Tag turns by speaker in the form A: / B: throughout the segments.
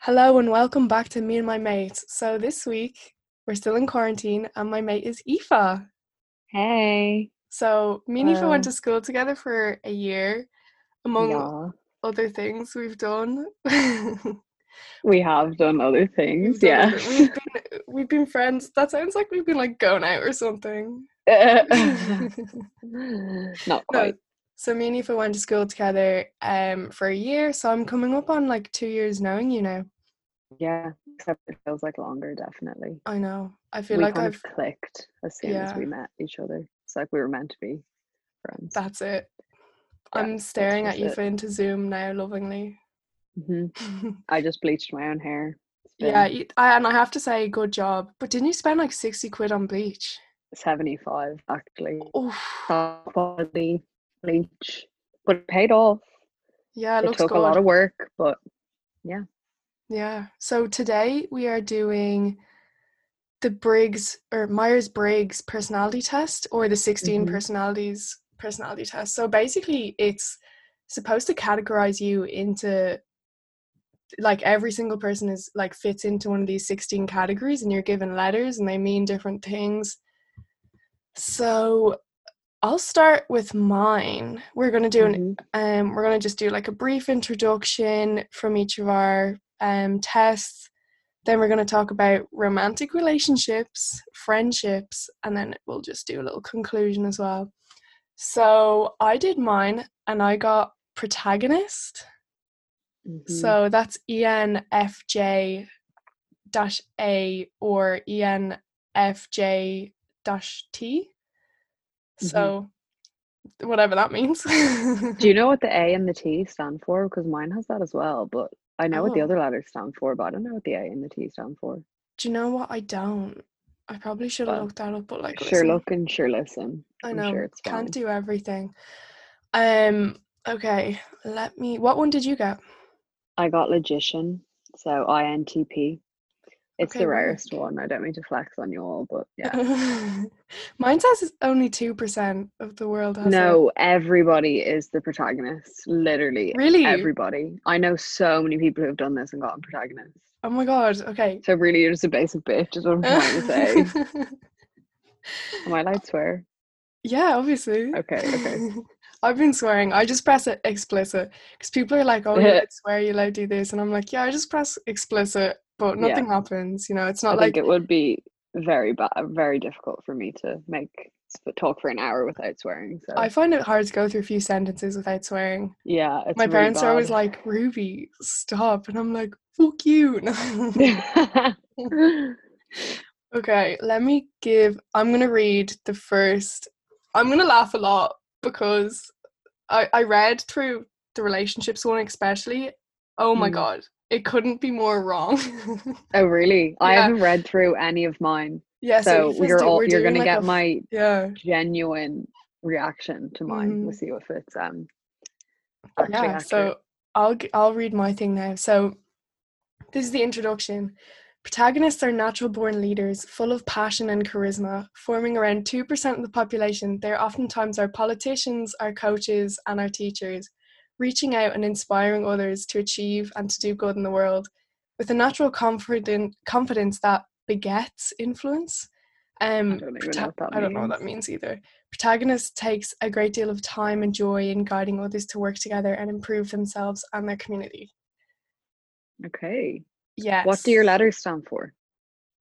A: Hello and welcome back to Me and My Mate. So this week we're still in quarantine and my mate is Aoife.
B: Hey.
A: So me and Aoife
B: Hello.
A: went to school together for a year, among
B: Yeah,
A: other things we've done. We've
B: we have done other things.
A: done
B: Yeah.
A: other- We've been we've been friends. That sounds like we've been like going out or something.
B: Not
A: No.
B: quite.
A: So me and Aoife went to school together um for a year. So I'm coming up on like two years knowing you now.
B: Yeah. Except it feels like longer, definitely.
A: I know. I feel
B: We
A: like
B: kind
A: I've
B: of clicked as soon as
A: yeah.
B: we met each other. It's like we were meant to be friends.
A: that's it.
B: Yeah,
A: I'm staring at Aoife
B: just
A: into Zoom now lovingly.
B: hmm I just bleached my own hair. It's been
A: yeah, you- I, and I have to say, good job. But didn't you spend like 60 quid on bleach?
B: 75 actually.
A: Oh,
B: Top quality bleach. But it paid off.
A: yeah, it,
B: It
A: looks
B: took
A: good.
B: a lot of work, but
A: yeah. So today we are doing the Briggs or Myers Briggs personality test or the 16
B: Mhm.
A: personalities personality test. So basically, it's supposed to categorize you into like every single person is like fits into one of these 16 categories and you're given letters and they mean different things. So I'll start with mine. We're going to do an
B: mhm.
A: um, we're going to just do like a brief introduction from each of our um, tests. Then we're going to talk about romantic relationships, friendships, and then we'll just do a little conclusion as well. So I did mine and I got protagonist.
B: Mhm.
A: So that's E ENFJ dash A or E ENFJ dash T.
B: Mhm.
A: So whatever that means.
B: Do you know what the A and the T stand for? Because mine has that as well, but I know what the
A: Oh.
B: other letters stand for, but I don't know what the A and the T stand for.
A: Do you know what? I don't. I probably should have
B: Well,
A: looked that up, but like,
B: Sure
A: listen,
B: look and sure listen.
A: I
B: I'm
A: know
B: sure it's
A: can't
B: fine.
A: do everything. Um. Okay. Let me. What one did you get?
B: I got logician, so INTP. It's
A: Okay,
B: the
A: weird.
B: rarest one. I don't mean to flex on you all, but yeah.
A: Mine says it's only two percent of the world has. it.
B: No, everybody is the protagonist. Literally,
A: Really?
B: everybody. I know so many people who have done this and gotten protagonist.
A: Oh my god. Okay.
B: So really, you're just a basic bitch, is what I'm trying to say. Am I allowed to swear?
A: yeah. Obviously.
B: Okay, okay.
A: I've been swearing. I just press it explicit because people are like, "Oh, you like swear, you like do this," and I'm like, "Yeah, I just press explicit." But
B: Yeah.
A: nothing happens, you know. It's
B: I
A: not like
B: think it would be very bad, very difficult for me to make sp- talk for an hour without swearing. So
A: I find it hard to go through a few sentences without swearing.
B: yeah, it's
A: My
B: really
A: parents are always
B: bad.
A: like, Ruby, stop. And I'm like, fuck you. okay, let me give, I'm going to read the first. I'm going to laugh a lot because I, I read through the relationships one, especially. Oh my
B: Mm.
A: God, it couldn't be more wrong.
B: oh really? I
A: Yeah.
B: haven't read through any of mine,
A: yeah,
B: so
A: so,
B: you're all
A: we
B: you're gonna get my
A: Yeah.
B: genuine reaction to mine. We'll
A: Mhm.
B: see if it's um. Actually,
A: yeah so i'll g- i'll read my thing now so this is the introduction protagonists are natural born leaders full of passion and charisma forming around 2% of the population they're oftentimes our politicians our coaches and our teachers reaching out and inspiring others to achieve and to do good in the world with a natural confident confidence that begets influence um,
B: I don't even
A: prota-
B: know what that
A: I don't know what
B: means.
A: that means either protagonist takes a great deal of time and joy in guiding others to work together and improve themselves and their community.
B: Okay.
A: Yes.
B: What do your letters stand for?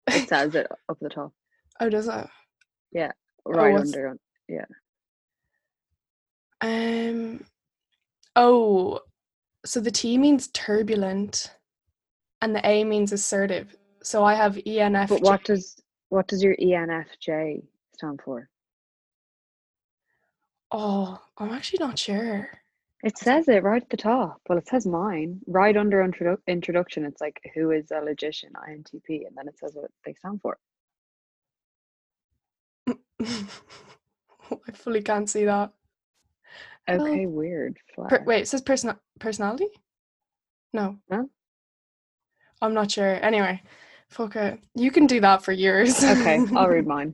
B: It says it up the top,
A: Oh, does it?
B: right
A: Oh, what's-
B: under. on-
A: Um. Oh, so the T means turbulent, and the A means assertive. So I have E ENFJ.
B: But what does what does your E ENFJ stand for?
A: Oh, I'm actually not sure.
B: It says it right at the top. Well, it says mine right under introdu- introduction. It's like who is a logician, INTP, and then it says what they stand for.
A: Oh, I fully can't see that. Well,
B: Okay, weird. Flag.
A: Per- wait, it says person- personality? No.
B: No?
A: I'm not sure. Anyway, fuck it. You can do that for years.
B: Okay, I'll read mine.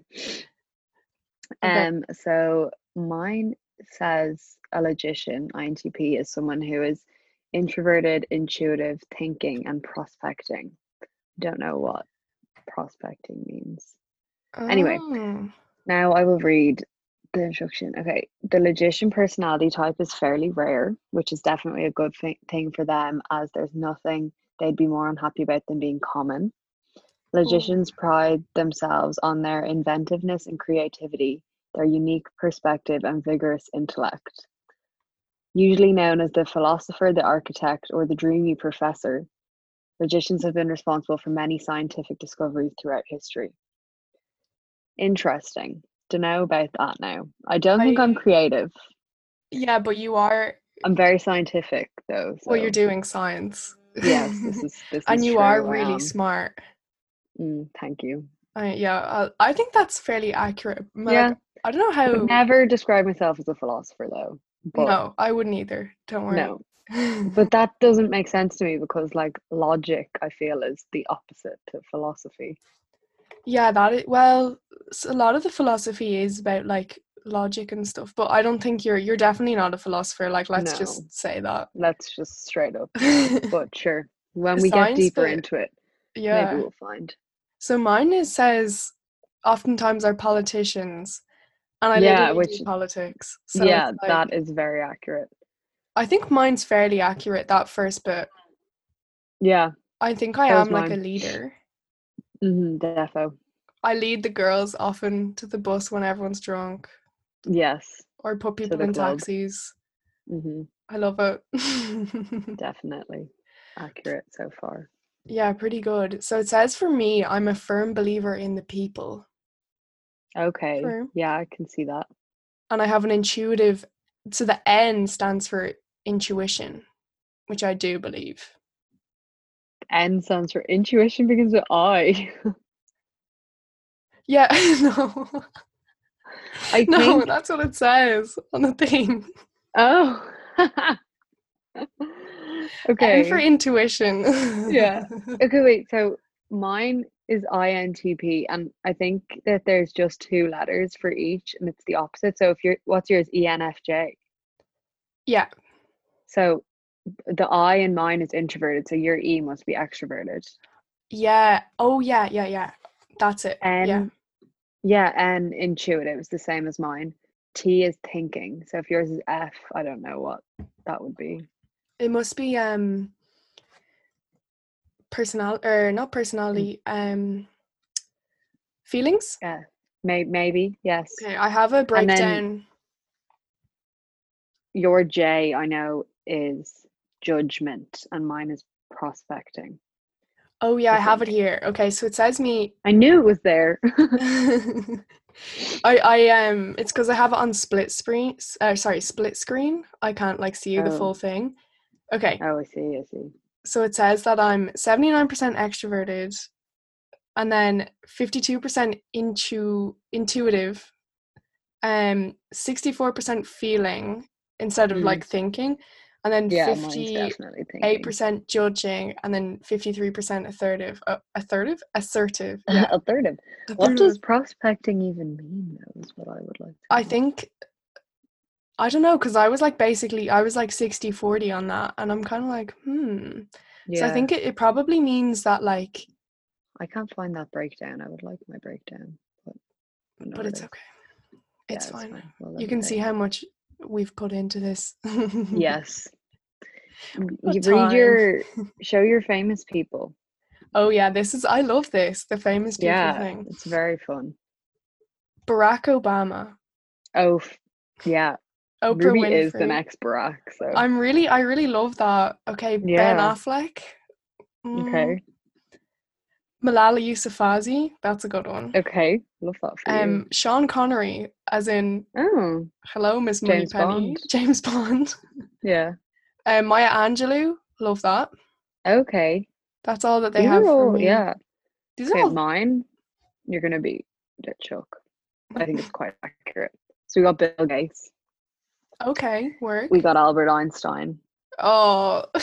A: Okay.
B: Um, so mine says a logician, INTP, is someone who is introverted, intuitive thinking, and prospecting. Don't know what prospecting means. Anyway.
A: Oh,
B: Now I will read the instruction. Okay. The logician personality type is fairly rare, which is definitely a good thi- thing for them as there's nothing they'd be more unhappy about than being common. Logicians pride themselves on their inventiveness and creativity, their unique perspective and vigorous intellect. Usually known as the philosopher, the architect, or the dreamy professor, logicians have been responsible for many scientific discoveries throughout history. Interesting to know about that now. I don't think I'm
A: I-
B: creative.
A: Yeah, but you are
B: I'm very scientific though. So
A: well, you're doing science.
B: yes, this is this
A: and
B: is
A: you
B: true,
A: are
B: I
A: really
B: am.
A: smart.
B: Mm, thank you.
A: I, yeah, I, I think that's fairly accurate. Like,
B: Yeah.
A: I don't know
B: I
A: how.
B: would never describe myself as a philosopher though. But
A: Oh. no, I wouldn't either. Don't worry.
B: no. But that doesn't make sense to me because like logic I feel is the opposite to philosophy.
A: yeah, that is, well, s- a lot of the philosophy is about like logic and stuff, but I don't think you're you're definitely not a philosopher. Like, let's
B: No.
A: just say that.
B: Let's just straight up. yeah. but sure. When
A: The
B: we get
A: science
B: deeper
A: bit-
B: into it,
A: Yeah.
B: maybe we'll find.
A: So mine is says oftentimes are politicians, and I
B: Yeah,
A: literally
B: which-
A: do politics. So it's
B: yeah,
A: like-
B: that is very accurate.
A: I think mine's fairly accurate that first bit.
B: Yeah.
A: I think I
B: That was
A: am like a
B: mine.
A: leader.
B: Mm-hmm, defo.
A: I lead the girls often to the bus when everyone's drunk,
B: Yes.
A: or put people
B: the
A: in
B: club.
A: taxis.
B: Mm-hmm,
A: I love it.
B: definitely accurate so far.
A: yeah, pretty good. So it says for me, I'm a firm believer in the people,
B: Okay.
A: True.
B: Yeah, I can see that.
A: and I have an intuitive. So the N stands for intuition, which I do believe.
B: N stands for intuition begins with I.
A: Yeah, no.
B: I
A: no,
B: think.
A: that's what it says on the thing.
B: Oh. okay.
A: And for intuition.
B: Yeah. okay, wait. So mine is INTP, and I think that there's just two letters for each, and it's the opposite. So if you're, what's yours? E ENFJ.
A: yeah.
B: So the I in mine is introverted, so your E must be extroverted.
A: Yeah. Oh, yeah, yeah, yeah. That's it. yeah.
B: N, yeah, and intuitive is the same as mine. T is thinking. So if yours is F, I don't know what that would be.
A: It must be um personal or not personality,
B: Mm.
A: um feelings.
B: May- maybe yes.
A: Okay, I have a
B: then-
A: breakdown.
B: Your J, I know, is judgment, and mine is prospecting.
A: Oh yeah,
B: I
A: I have it
B: think.
A: here. Okay, so it says me
B: I knew it was there.
A: I I um it's because I have it on split screen. s- Uh, sorry, split screen. I can't like see the
B: Oh.
A: full thing. Okay,
B: oh, I see. I see.
A: so it says that I'm seventy nine percent extroverted, and then fifty two percent intu intuitive, um sixty four percent feeling instead of
B: Mm.
A: like thinking, and then
B: Yeah, mine's
A: fifty
B: definitely
A: eight
B: thinking.
A: percent judging, and then fifty three percent assertive. Uh, assertive, assertive. Yeah.
B: Assertive. What does
A: assertive.
B: prospecting even mean? Though is what I would like. To
A: Mm. I
B: know.
A: think I don't know because I was like basically I was like 60 40 on that and I'm kind of like hmm
B: Yeah.
A: so I think it, it probably means that like
B: I can't find that breakdown. I would like my breakdown, but I don't know
A: but
B: where it
A: it's
B: is.
A: okay
B: Yeah,
A: it's fine
B: We'll let
A: you
B: it
A: can
B: go.
A: see how much we've put into this
B: Yes. M-
A: What
B: You
A: time?
B: read your show your famous people.
A: oh yeah this is I love this the famous people
B: Yeah,
A: thing
B: it's very fun.
A: Barack Obama
B: Oh, f- yeah.
A: Oprah
B: Ruby
A: Winfrey
B: is the next Barack. So
A: I'm really I really love that okay Ben
B: Yeah.
A: Affleck Mm,
B: okay,
A: Malala Yousafzai that's a good one
B: okay, love that for
A: um Sean Connery as in
B: you. Oh,
A: Hello, Miss
B: James
A: Moneypenny.
B: Bond.
A: James Bond.
B: yeah.
A: Um, Maya Angelou. Love that.
B: Okay.
A: That's all that they
B: These
A: have
B: are
A: for
B: all-
A: me.
B: yeah.
A: These are
B: Okay,
A: all.
B: mine. You're gonna be a bit shook. I think it's quite accurate. So we got Bill Gates.
A: Okay, work.
B: We got Albert Einstein.
A: Oh,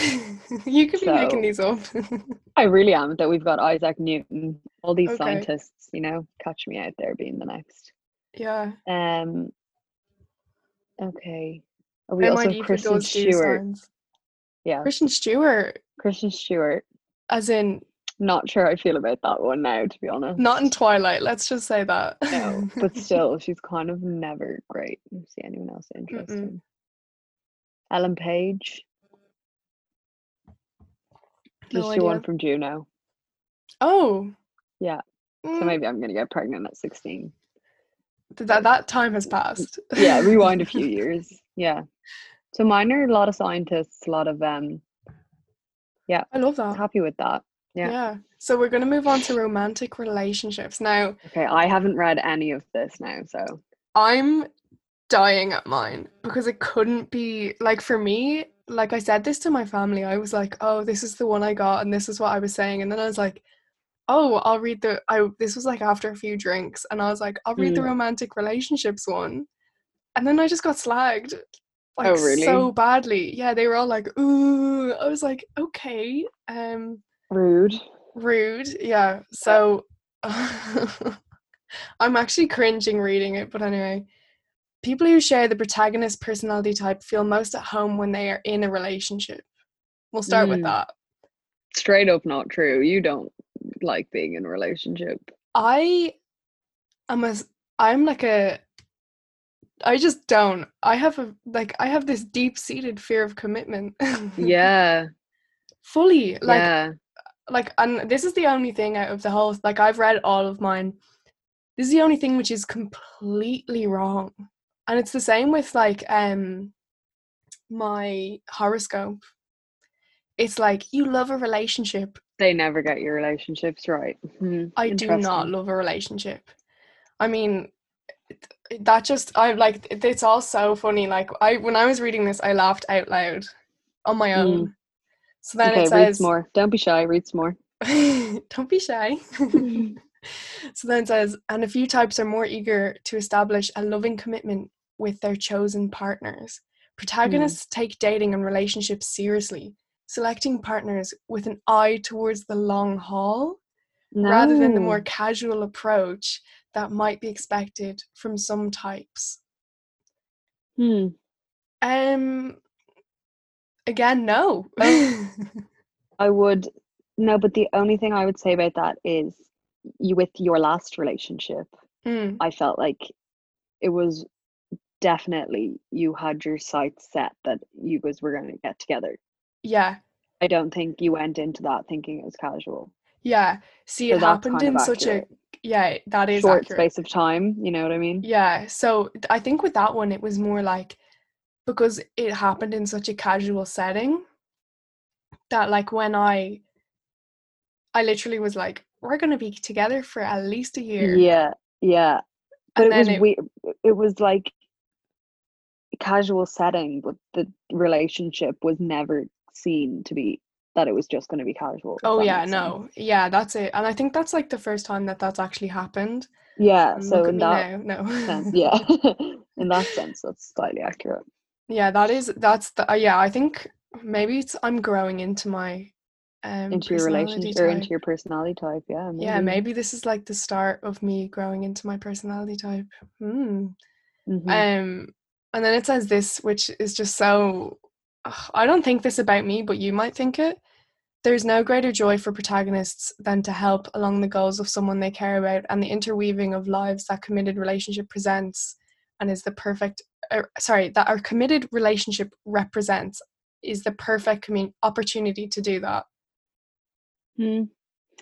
A: you could be making
B: So-
A: these up.
B: I really am that we've got Isaac Newton, all these
A: Okay.
B: scientists, you know, catch me out there being the next.
A: yeah.
B: Um okay. Oh, we
A: I
B: also
A: might
B: have
A: even
B: Kristen
A: does do
B: Stewart.
A: signs.
B: Yeah.
A: Christian Stewart,
B: Christian Stewart.
A: as in
B: Not sure I feel about that one now, to be honest.
A: not in Twilight. Let's just say that.
B: No, but still, she's kind of never great. I don't see anyone else interesting? Ellen Page.
A: No
B: Just the one
A: idea.
B: from Juno.
A: oh.
B: Yeah. So
A: Mm,
B: maybe I'm gonna get pregnant at 16.
A: th- that that time has passed.
B: Yeah, rewind a few years. Yeah. So mine are a lot of scientists, a lot of um
A: I love that.
B: happy with that. yeah.
A: So we're gonna move on to romantic relationships now.
B: Okay, I haven't read any of this now, so
A: I'm dying at mine because it couldn't be like for me, like I said this to my family, I was like, oh, this is the one I got and this is what I was saying. And then I was like, oh, I'll read the I this was like after a few drinks and I was like, I'll read the
B: Mm.
A: romantic relationships one. And then I just got slagged. Like
B: Oh, really?
A: so badly. Yeah, they were all like, ooh. I was like, okay. Um
B: rude.
A: rude yeah so i'm actually cringing reading it but anyway people who share the protagonist personality type feel most at home when they are in a relationship we'll start with
B: Mm.
A: that
B: Straight up not true. You don't like being in a relationship.
A: i am a s- i'm like a i just don't i have a like i have this deep-seated fear of commitment
B: Yeah.
A: fully like
B: yeah.
A: like and this is the only thing out of the whole like i've read all of mine this is the only thing which is completely wrong and it's the same with like um my horoscope it's like you love a relationship
B: They never get your relationships right. Hmm,
A: i do not
B: interesting.
A: love a relationship i mean it- that just i like it- it's all so funny like i when i was reading this i laughed out loud on my
B: Mm.
A: own so then
B: okay,
A: it
B: read
A: says
B: some more. Don't be shy, read some more.
A: don't be shy So then it says, and a few types are more eager to establish a loving commitment with their chosen partners.
B: Hmm.
A: Protagonists take dating and relationships seriously, selecting partners with an eye towards the long haul rather than the
B: No.
A: more casual approach that might be expected from some types.
B: Hmm.
A: Um again, no.
B: Oh. I would no, but the only thing I would say about that is you with your last relationship,
A: Mm,
B: I felt like it was definitely you had your sights set that you guys were going to get together.
A: yeah.
B: I don't think you went into that thinking it was casual.
A: Yeah. See
B: So
A: it
B: that's
A: happened
B: kind
A: in
B: of
A: such a
B: accurate.
A: yeah, that is
B: Short
A: accurate.
B: space of time, you know what I mean?
A: Yeah, so th- I think with that one, it was more like because it happened in such a casual setting that, like, when I, I literally was like, we're gonna be together for at least a year.
B: Yeah, yeah. But
A: And
B: it was
A: then it-
B: weird. It was like a casual setting, but the relationship was never seen to be that it was just going to be casual. if
A: Oh,
B: that
A: yeah,
B: makes sense.
A: no. Yeah, that's it. And I think that's like the first time that that's actually happened.
B: Yeah.
A: And
B: Uh, So
A: look at
B: in
A: me
B: that
A: now. No.
B: sense, yeah, in that sense, that's slightly accurate.
A: Yeah, that is, that's the, uh, yeah, I think maybe it's, I'm growing into my um
B: Into your
A: personality
B: relationship or into
A: type.
B: your personality type, yeah. Maybe.
A: Yeah, maybe this is like the start of me growing into my personality type. Hmm.
B: Mhm.
A: Um, and then it says this, which is just so. Ugh, I don't think this about me, but you might think it. There's no greater joy for protagonists than to help along the goals of someone they care about, and the interweaving of lives that committed relationship presents, and is the perfect. er, sorry, that our committed relationship represents is the perfect commun- opportunity to do that.
B: Mm.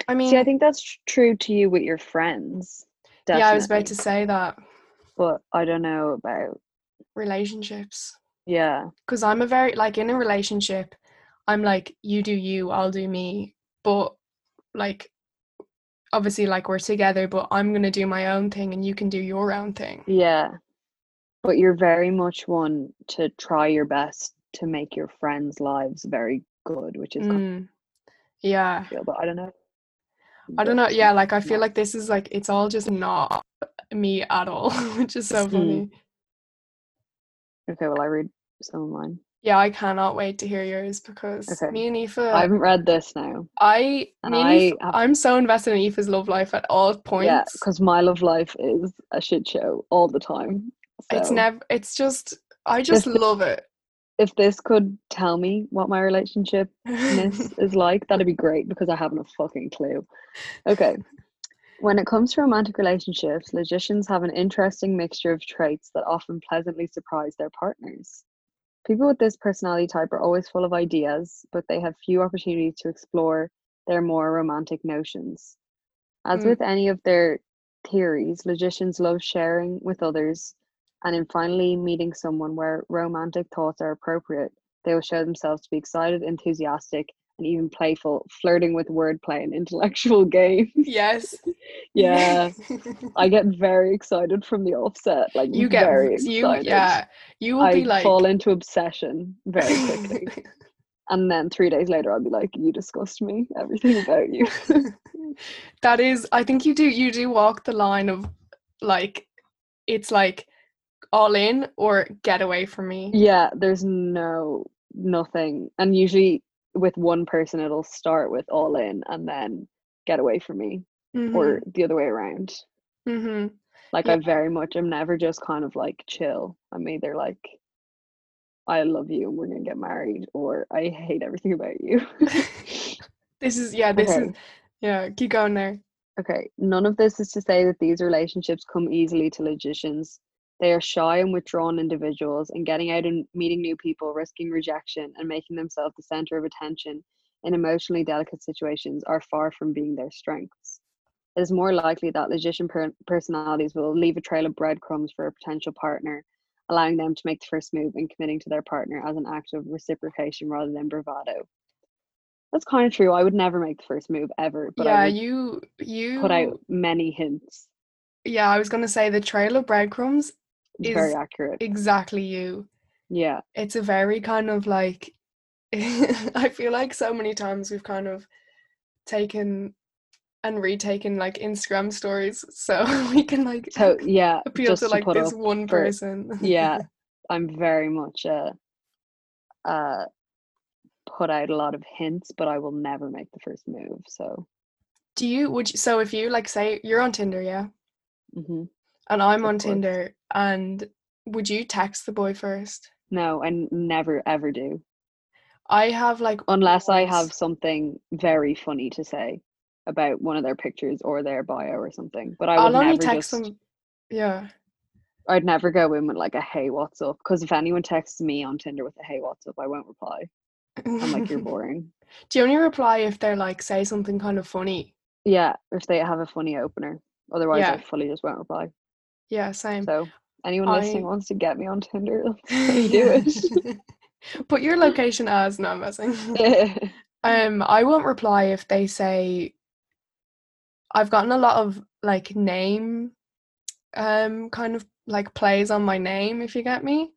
A: I mean,
B: See, I think that's tr- true to you with your friends. Definitely.
A: yeah, I was about to say that
B: but I don't know about
A: relationships.
B: yeah.
A: because I'm a very like in a relationship, I'm like you do you, I'll do me, but like obviously like we're together, but I'm gonna do my own thing and you can do your own thing.
B: Yeah. But you're very much one to try your best to make your friends' lives very good, which is kind
A: Mm, Yeah,
B: of, but I don't know.
A: I don't know.
B: That's
A: Yeah, like I feel
B: not-
A: like this is like it's all just not me at all, which is so
B: Mm.
A: funny.
B: Okay, well I read some of mine.
A: Yeah, I cannot wait to hear yours because
B: Okay.
A: me and Aoife,
B: I
A: i
B: haven't read this now. and
A: me and Aoife,
B: I have-
A: I'm so invested in Aoife's love life at all
B: Yeah,
A: points.
B: because my love life is a shit show all the time. So
A: it's never, it's just, I just
B: This-
A: love it.
B: if this could tell me what my relationship is like, that'd be great because I haven't a fucking clue. Okay. When it comes to romantic relationships, logicians have an interesting mixture of traits that often pleasantly surprise their partners. People with this personality type are always full of ideas, but they have few opportunities to explore their more romantic notions. As
A: Mm.
B: with any of their theories, logicians love sharing with others, and in finally meeting someone where romantic thoughts are appropriate, they will show themselves to be excited, enthusiastic, and even playful, flirting with wordplay and intellectual games.
A: yes.
B: Yeah, I get very excited from the offset. Like
A: you get
B: very
A: you
B: excited.
A: yeah. You will
B: I
A: be like
B: fall into obsession very quickly. and then three days later I'll be like, You disgust me, everything about you.
A: that is I think you do you do walk the line of like it's like all in or get away from me.
B: yeah, there's no nothing. And usually with one person it'll start with all in and then get away from me.
A: Mm-hmm.
B: Or the other way around.
A: hmm
B: Like
A: Yeah.
B: I very much am never just kind of like chill. I'm either like I love you and we're gonna get married or I hate everything about you.
A: This is yeah, this is
B: Okay.
A: yeah, keep going there.
B: Okay, none of this is to say that these relationships come easily to logicians. They are shy and withdrawn individuals, and getting out and meeting new people, risking rejection, and making themselves the center of attention in emotionally delicate situations are far from being their strengths. It is more likely that logician per- personalities will leave a trail of breadcrumbs for a potential partner, allowing them to make the first move and committing to their partner as an act of reciprocation rather than bravado. That's kind of true. I would never make the first move ever, but I
A: yeah,
B: would
A: you you
B: put out many hints.
A: Yeah, I was gonna say the trail of breadcrumbs
B: It's very
A: Is-
B: accurate.
A: exactly you.
B: Yeah.
A: It's a very kind of like I feel like so many times we've kind of taken and retaken like Instagram stories so we can like
B: So yeah,
A: appeal
B: just
A: to
B: to
A: like
B: put
A: this
B: up.
A: one
B: for-
A: person.
B: Yeah, I'm very much uh uh put out a lot of hints, but I will never make the first move. So
A: Do you would you, so if you like say you're on Tinder, yeah,
B: mhm.
A: and I'm
B: Of
A: on
B: course.
A: Tinder, and would you text the boy first?
B: no, I n- never ever do
A: I have like
B: unless I
A: once-
B: have something very funny to say about one of their pictures or their bio or something. But I would
A: I'll only
B: never
A: text
B: just.
A: them. Yeah.
B: I'd never go in with like a hey, what's up? Because if anyone texts me on Tinder with a hey, what's up, I won't reply. I'm like, you're boring.
A: Do you only reply if they're like say something kind of funny?
B: Yeah, if they have a funny opener. Otherwise, I
A: Yeah.
B: fully just won't reply.
A: Yeah, same.
B: So, anyone listening
A: I-
B: wants to get me on Tinder, you do
A: Put your location as no I'm messing.
B: it.
A: Um, I won't reply if they say. I've gotten a lot of like name, um, kind of like plays on my name. If you get me,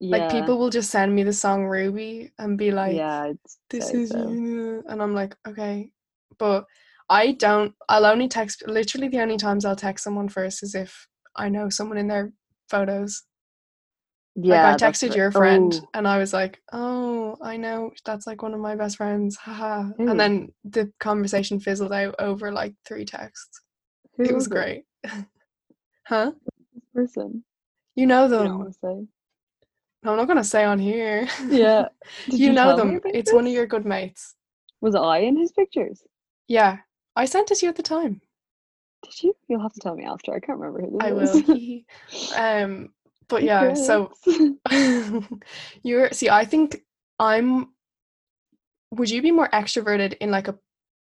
B: yeah.
A: like people will just send me the song Ruby and be like,
B: yeah, I'd
A: "This
B: say
A: is
B: so.
A: you," and I'm like, "Okay," but I don't. I'll only text. Literally, the only times I'll text someone first is if I know someone in their photos.
B: Yeah,
A: like I
B: that's Oh.
A: texted
B: r-
A: your friend
B: Ooh,
A: and I was like, "Oh, I know that's like one of my best friends." Haha.
B: Who?
A: And then the conversation fizzled out over like three texts.
B: who
A: it was great. huh?
B: This person.
A: You know
B: You
A: them.
B: don't want to say.
A: I'm not going to say on here.
B: Yeah. Did
A: you, know
B: tell me
A: them.
B: about
A: It's one of
B: this?
A: your good mates.
B: Was I in his pictures?
A: Yeah. I sent it to you at the time.
B: Did you? You'll have to tell me after. I can't remember who this
A: I will.
B: is.
A: hee hee. um but yeah, so
B: Regrets.
A: you're see I think I'm would you be more extroverted in like a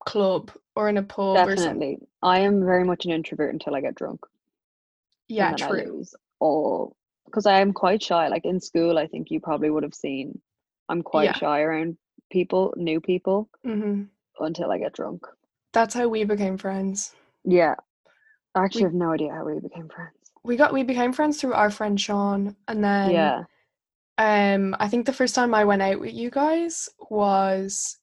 A: club or in a pub or something?
B: Definitely. I am very much an introvert until I get drunk.
A: Yeah,
B: and then I
A: true.
B: lose all because I am quite shy. Like in school, I think you probably would have seen I'm quite
A: Yeah.
B: shy around people, new people,
A: hmm
B: until I get drunk.
A: That's how we became friends.
B: Yeah, I actually
A: We-
B: have no idea how we became friends.
A: We got we became friends through our friend Sean, and then
B: yeah,
A: um I think the first time I went out with you guys was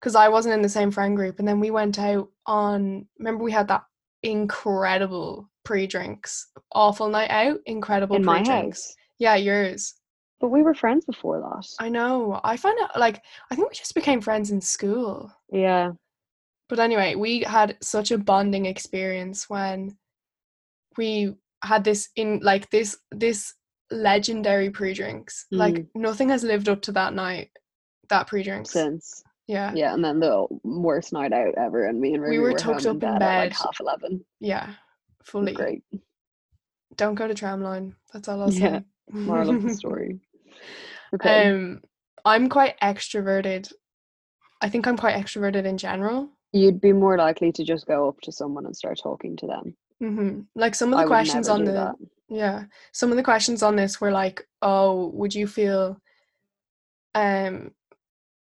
A: because I wasn't in the same friend group, and then we went out on. Remember we had that incredible pre-drinks, awful night out, incredible
B: in my
A: pre-drinks.
B: house,
A: Yeah, yours.
B: but we were friends before that.
A: I know. I find out like I think we just became friends in school.
B: yeah,
A: But anyway, we had such a bonding experience when we had this in like this this legendary pre-drinks.
B: Mm.
A: Like nothing has lived up to that night. That pre-drinks.
B: since.
A: Yeah.
B: Yeah, and then the worst night out ever, and me and Ruby
A: were
B: home
A: tucked up in
B: at like
A: bed.
B: half eleven.
A: Yeah.
B: It was
A: Fully.
B: Great.
A: Don't go to tramline. That's all I'll
B: Yeah,
A: say.
B: Moral of the story. Okay.
A: Um, I'm quite extroverted. I think I'm quite extroverted in general.
B: You'd be more likely to just go up to someone and start talking to them.
A: hmm Like some of the
B: I would
A: questions
B: never
A: on
B: do
A: the
B: that.
A: yeah, some of the questions on this were like, oh, would you feel, um,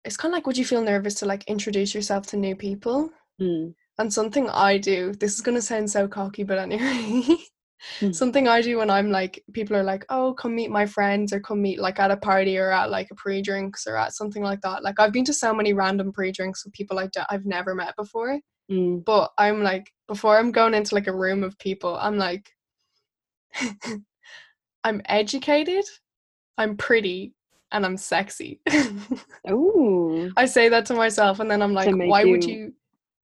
A: it's kind of like, would you feel nervous to like introduce yourself to new people?
B: Mm.
A: And something I do, this is gonna sound so cocky, but anyway, something I do when I'm like, people are like, oh, come meet my friends, or come meet like at a party, or at like a pre drinks, or at something like that. Like I've been to so many random pre drinks with people I d- I've never met before,
B: Mm.
A: but I'm like, before I'm going into like a room of people, I'm like, I'm educated, I'm pretty, and I'm sexy.
B: Ooh,
A: I say that to myself, and then I'm like,
B: make
A: why would
B: you
A: you?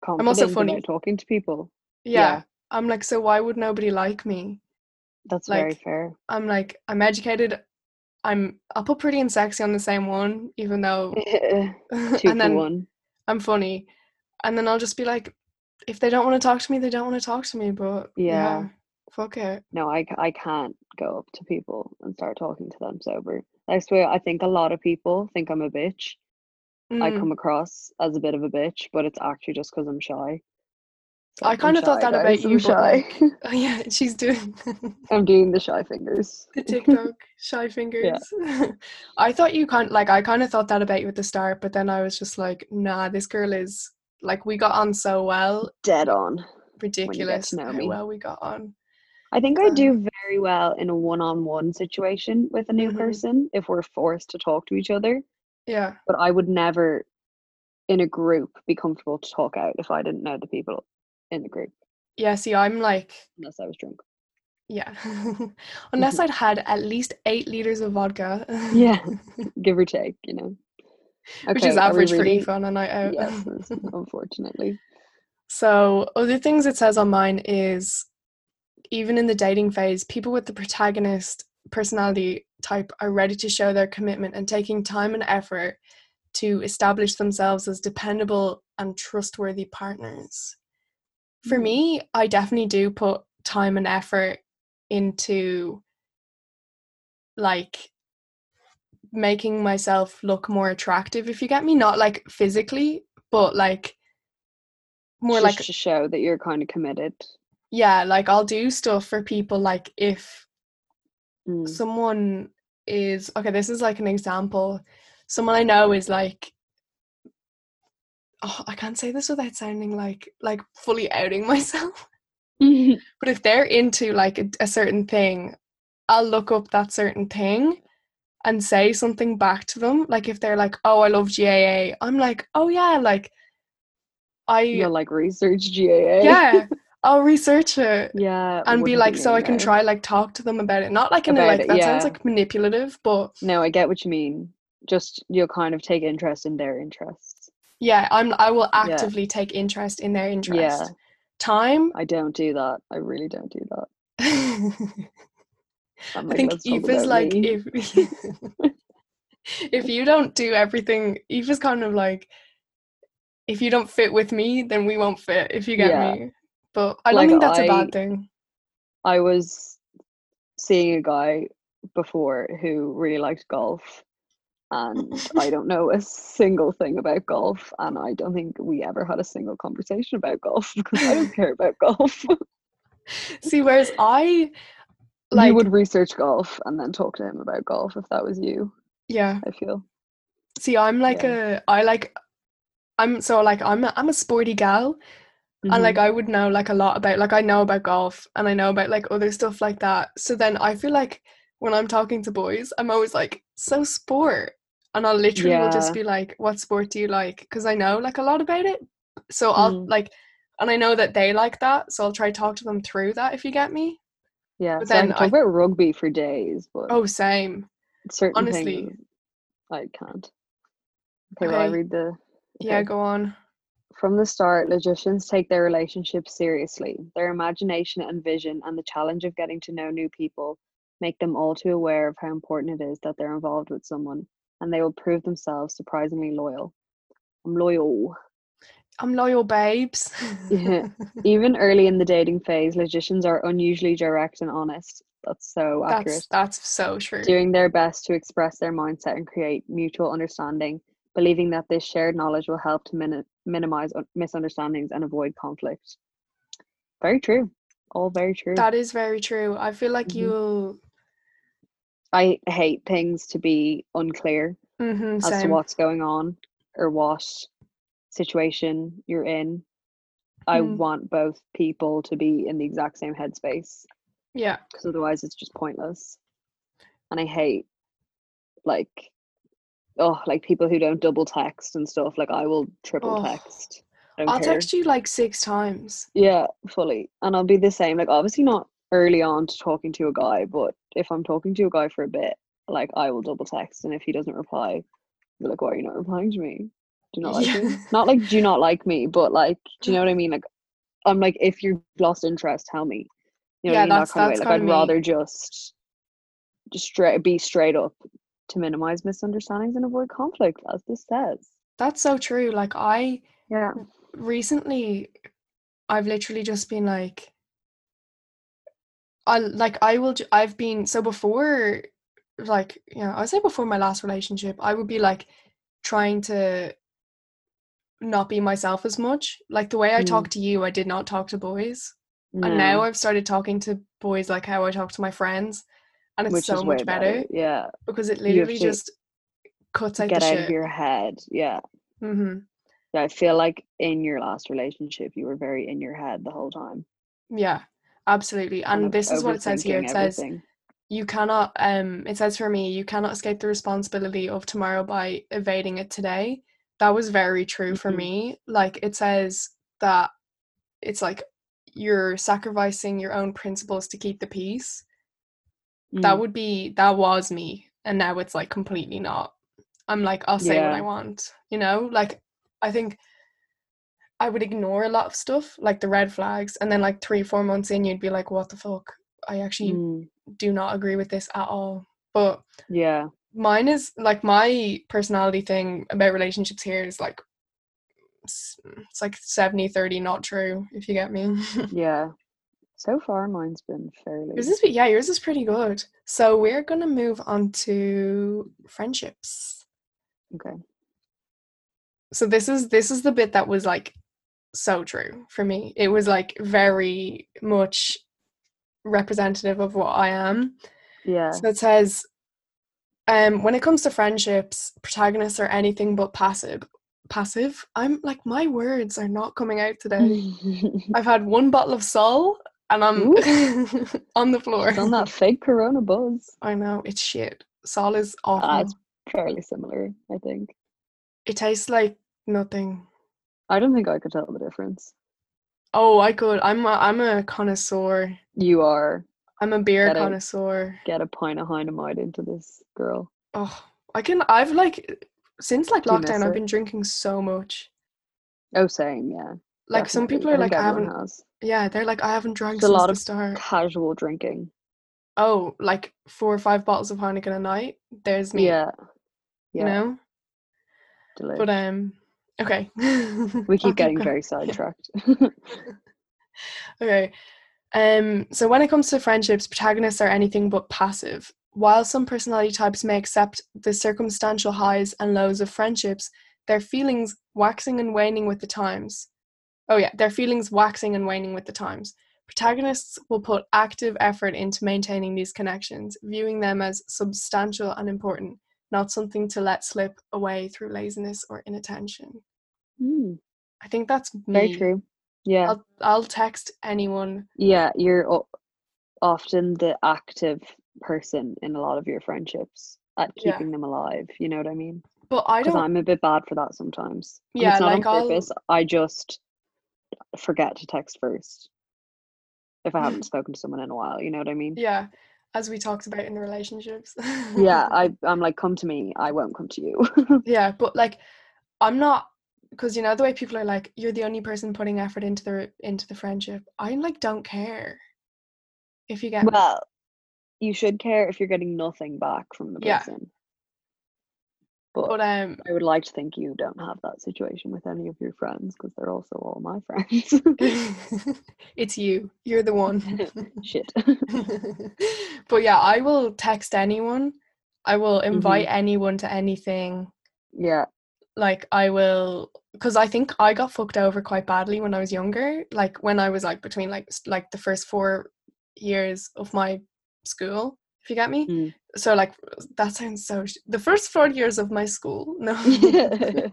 B: confident
A: also funny.
B: about talking to people.
A: Yeah.
B: yeah.
A: I'm like, so why would nobody like me?
B: That's very
A: Like,
B: fair.
A: I'm like, I'm educated. I'm. I'll put pretty and sexy on the same one, even though,
B: Eh, Two
A: and
B: for
A: then
B: one.
A: I'm funny, and then I'll just be like, if they don't want to talk to me, they don't want to talk to me. But
B: Yeah.
A: fuck it.
B: No, I, c- I can't go up to people and start talking to them sober. I swear, I think a lot of people think I'm a bitch. I
A: Mm.
B: come across as a bit of a bitch, but it's actually just because I'm shy. It's
A: I
B: like, I'm
A: kinda thought
B: shy,
A: that about
B: guys,
A: you,
B: I'm
A: but,
B: shy.
A: Oh yeah, she's doing
B: I'm doing the shy fingers.
A: the TikTok shy fingers. I thought you can't like. I kind of thought that about you at the start, but then I was just like, nah, this girl is like we got on so well,
B: Dead on.
A: ridiculous
B: know
A: how
B: me.
A: well we got on.
B: I think I
A: Um,
B: do very well in a one on one situation with a new
A: Mhm.
B: person if we're forced to talk to each other,
A: Yeah,
B: but I would never in a group be comfortable to talk out if I didn't know the people in the group
A: yeah. See, I'm like,
B: unless I was drunk.
A: yeah. Unless I'd had at least eight liters of vodka.
B: Mm-hmm. Yeah. Give or take, you know.
A: which is
B: are we
A: average for
B: reading?
A: Aoife on a night out.
B: Yes, that's- unfortunately.
A: So, other things it says on mine is even in the dating phase, people with the protagonist personality type are ready to show their commitment and taking time and effort to establish themselves as dependable and trustworthy partners. For
B: Mm.
A: me, I definitely do put time and effort into like making myself look more attractive, if you get me, not like physically, but like more
B: Just
A: like
B: to show that you're kind of committed.
A: yeah like i'll do stuff for people like if
B: Mm.
A: someone is okay this is like an example someone i know is like oh, i can't say this without sounding like like fully outing myself but if they're into like a, a certain thing i'll look up that certain thing and say something back to them like if they're like oh i love gaa i'm like oh yeah like i
B: You'll like research GAA.
A: yeah i'll research it
B: Yeah.
A: and be
B: wouldn't
A: like, so
B: me,
A: I can
B: no.
A: try like talk to them about it. Not like in a
B: About
A: like
B: it,
A: that sounds
B: yeah.
A: like manipulative, but
B: No, I get what you mean. Just you'll kind of take interest in their interests.
A: yeah, I'm I will
B: Yeah.
A: actively take interest in their interest.
B: Yeah.
A: Time.
B: I don't do that. I really don't do that.
A: I
B: I'm like,
A: think
B: "Let's talk
A: Eve is
B: about
A: like
B: me."
A: if if you don't do everything, Eve is kind of like if you don't fit with me, then we won't fit. If you get
B: Yeah.
A: me, but I don't
B: Like,
A: think that's a bad
B: I-
A: thing.
B: I was seeing a guy before who really liked golf, and I don't know a single thing about golf, and I don't think we ever had a single conversation about golf because I don't care about golf.
A: See, whereas I
B: you
A: like
B: would research golf and then talk to him about golf if that was you.
A: yeah.
B: I feel.
A: See, I'm like a I like I'm so like I'm a, I'm a sporty gal. and like I
B: Mm-hmm.
A: would know like a lot about like I know about golf and I know about like other stuff like that. So then I feel like when I'm talking to boys, I'm always like so sport, and I literally will just
B: Yeah.
A: be like, "What sport do you like?" Because I know like a lot about it. So I'll
B: Mm.
A: like, and I know that they like that. So I'll try to talk to them through that if you get me.
B: Mm-hmm. yeah.
A: but
B: so I
A: then
B: could
A: I-
B: talk about rugby for days, but
A: Oh, same.
B: certain
A: honestly-
B: things I can't. Okay, well I
A: Okay.
B: read the
A: Yeah,
B: Okay.
A: go on.
B: From the start, logicians take their relationships seriously. Their imagination and vision, and the challenge of getting to know new people make them all too aware of how important it is that they're involved with someone, and they will prove themselves surprisingly loyal. I'm loyal.
A: I'm loyal, babes.
B: Yeah. Even early in the dating phase, logicians are unusually direct and honest. That's so accurate.
A: that's that's so true.
B: Doing their best to express their mindset and create mutual understanding, believing that this shared knowledge will help to mini- minimize un- misunderstandings and avoid conflict. Very true. All very true.
A: That is very true. I feel like
B: Mhm.
A: you'll.
B: I hate things to be unclear
A: hmm
B: as to
A: same.
B: what's going on or what situation you're in. I
A: Mm.
B: want both people to be in the exact same headspace
A: Yeah.
B: because otherwise it's just pointless. And I hate like oh like people who don't double text and stuff. Like I will triple
A: Oh.
B: text. I don't
A: I'll
B: care.
A: text you like six times.
B: Yeah, fully. And I'll be the same. Like obviously not early on to talking to a guy, but if I'm talking to a guy for a bit, like I will double text and if he doesn't reply, I'll be like, Why are you not replying to me? Do you not like
A: Yeah.
B: me? Not like do you not like me, but like do you know what I mean? Like I'm like if you've lost interest, tell me.
A: Yeah,
B: You know what I mean?
A: that's-
B: that kind
A: that's
B: of way. Like I'd
A: kinda me.
B: rather just just straight be straight up to minimize misunderstandings and avoid conflict, as this says.
A: That's so true. Like I
B: Yeah.
A: recently, I've literally just been like, I like I will. ju- I've been so before, like you know, I would say before my last relationship, I would be like trying to not be myself as much. Like the way I
B: Mm.
A: talk to you, I did not talk to boys, and now I've started talking to boys like how I talk to my friends, and it's
B: which
A: so
B: is way
A: much better,
B: Yeah.
A: because it
B: have
A: literally
B: to
A: just cuts out
B: Get
A: the
B: out
A: shit.
B: of your head. Yeah.
A: hmm
B: Yeah, I feel like in your last relationship, you were very in your head the whole time.
A: Yeah, absolutely.
B: kind
A: And
B: of
A: this is what it says here.
B: overthinking
A: It says
B: everything.
A: you cannot um it says for me you cannot escape the responsibility of tomorrow by evading it today that was very true for
B: Mhm.
A: me like it says that it's like you're sacrificing your own principles to keep the peace that
B: Mm.
A: would be that was me and now it's like completely not i'm like i'll say what
B: Yeah.
A: i want you know like i think i would ignore a lot of stuff like the red flags and then like three four months in you'd be like what the fuck i actually
B: Mm.
A: do not agree with this at all but
B: Yeah.
A: mine is like my personality thing about relationships here is like s- it's like 70 30 not true if you get me
B: Yeah. So far, mine's been fairly.
A: yours is yeah yours is pretty good so we're gonna move on to friendships
B: Okay.
A: so this is this is the bit that was like so true for me it was like very much representative of what i am
B: Yeah.
A: So it says, um, when it comes to friendships, protagonists are anything but passive. Passive? I'm like my words are not coming out
B: Mm.
A: today.
B: She's
A: I've had one bottle of Sol and I'm on the floor.
B: on that fake Corona buzz.
A: I know it's shit. Sol is
B: Ah,
A: awful.
B: it's fairly similar, I think.
A: it tastes like nothing.
B: I don't think I could tell the difference.
A: Oh, I could. I'm a, I'm a connoisseur.
B: You are
A: I'm a beer
B: Get out.
A: connoisseur.
B: get a pint of Heinemite into this girl.
A: Oh, I can. I've like since like
B: Do you miss
A: lockdown, I've
B: it?
A: been drinking so much.
B: Oh, same, yeah.
A: Like some
B: definitely.
A: people are
B: I think
A: like, I haven't.
B: everyone has
A: Yeah, they're like, I haven't drank
B: It's a
A: since
B: lot
A: the
B: of
A: start.
B: casual drinking.
A: Oh, like four or five bottles of Heineken a night. There's me,
B: Yeah,
A: you
B: yeah,
A: know?
B: delicious.
A: But um okay.
B: we
A: I'll
B: keep getting
A: going.
B: very sidetracked.
A: Okay. Um so when it comes to friendships, protagonists are anything but passive. While some personality types may accept the circumstantial highs and lows of friendships, their feelings waxing and waning with the times. Oh yeah, their feelings waxing and waning with the times. Protagonists will put active effort into maintaining these connections, viewing them as substantial and important, not something to let slip away through laziness or inattention.
B: Mm,
A: I think that's me.
B: very true. Yeah,
A: I'll I'll text anyone.
B: yeah. You're o- often the active person in a lot of your friendships at
A: Yeah.
B: keeping them alive. You know what I mean?
A: But I
B: Because
A: don't
B: I'm a bit bad for that sometimes. And
A: Yeah,
B: it's not
A: like, I'll-
B: on purpose. I just forget to text first if I haven't spoken to someone in a while. You know what I mean?
A: yeah, as we talked about in the relationships.
B: yeah I, i'm like come to me i won't come to you
A: yeah, but like I'm not because you know the way people are like you're the only person putting effort into the into the friendship. I like don't care. If you get me.
B: well you should care if you're getting nothing back from the
A: Yeah.
B: person.
A: But um,
B: I would like to think you don't have that situation with any of your friends because they're also all my friends.
A: it's you. You're the one.
B: Shit.
A: but yeah, I will text anyone. I will invite
B: Mm-hmm.
A: anyone to anything.
B: Yeah.
A: Like I will, because I think I got fucked over quite badly when I was younger. Like when I was like between like s- like the first four years of my school, if you get me.
B: Mm.
A: So like that sounds so. Sh- the first four years of my school, no.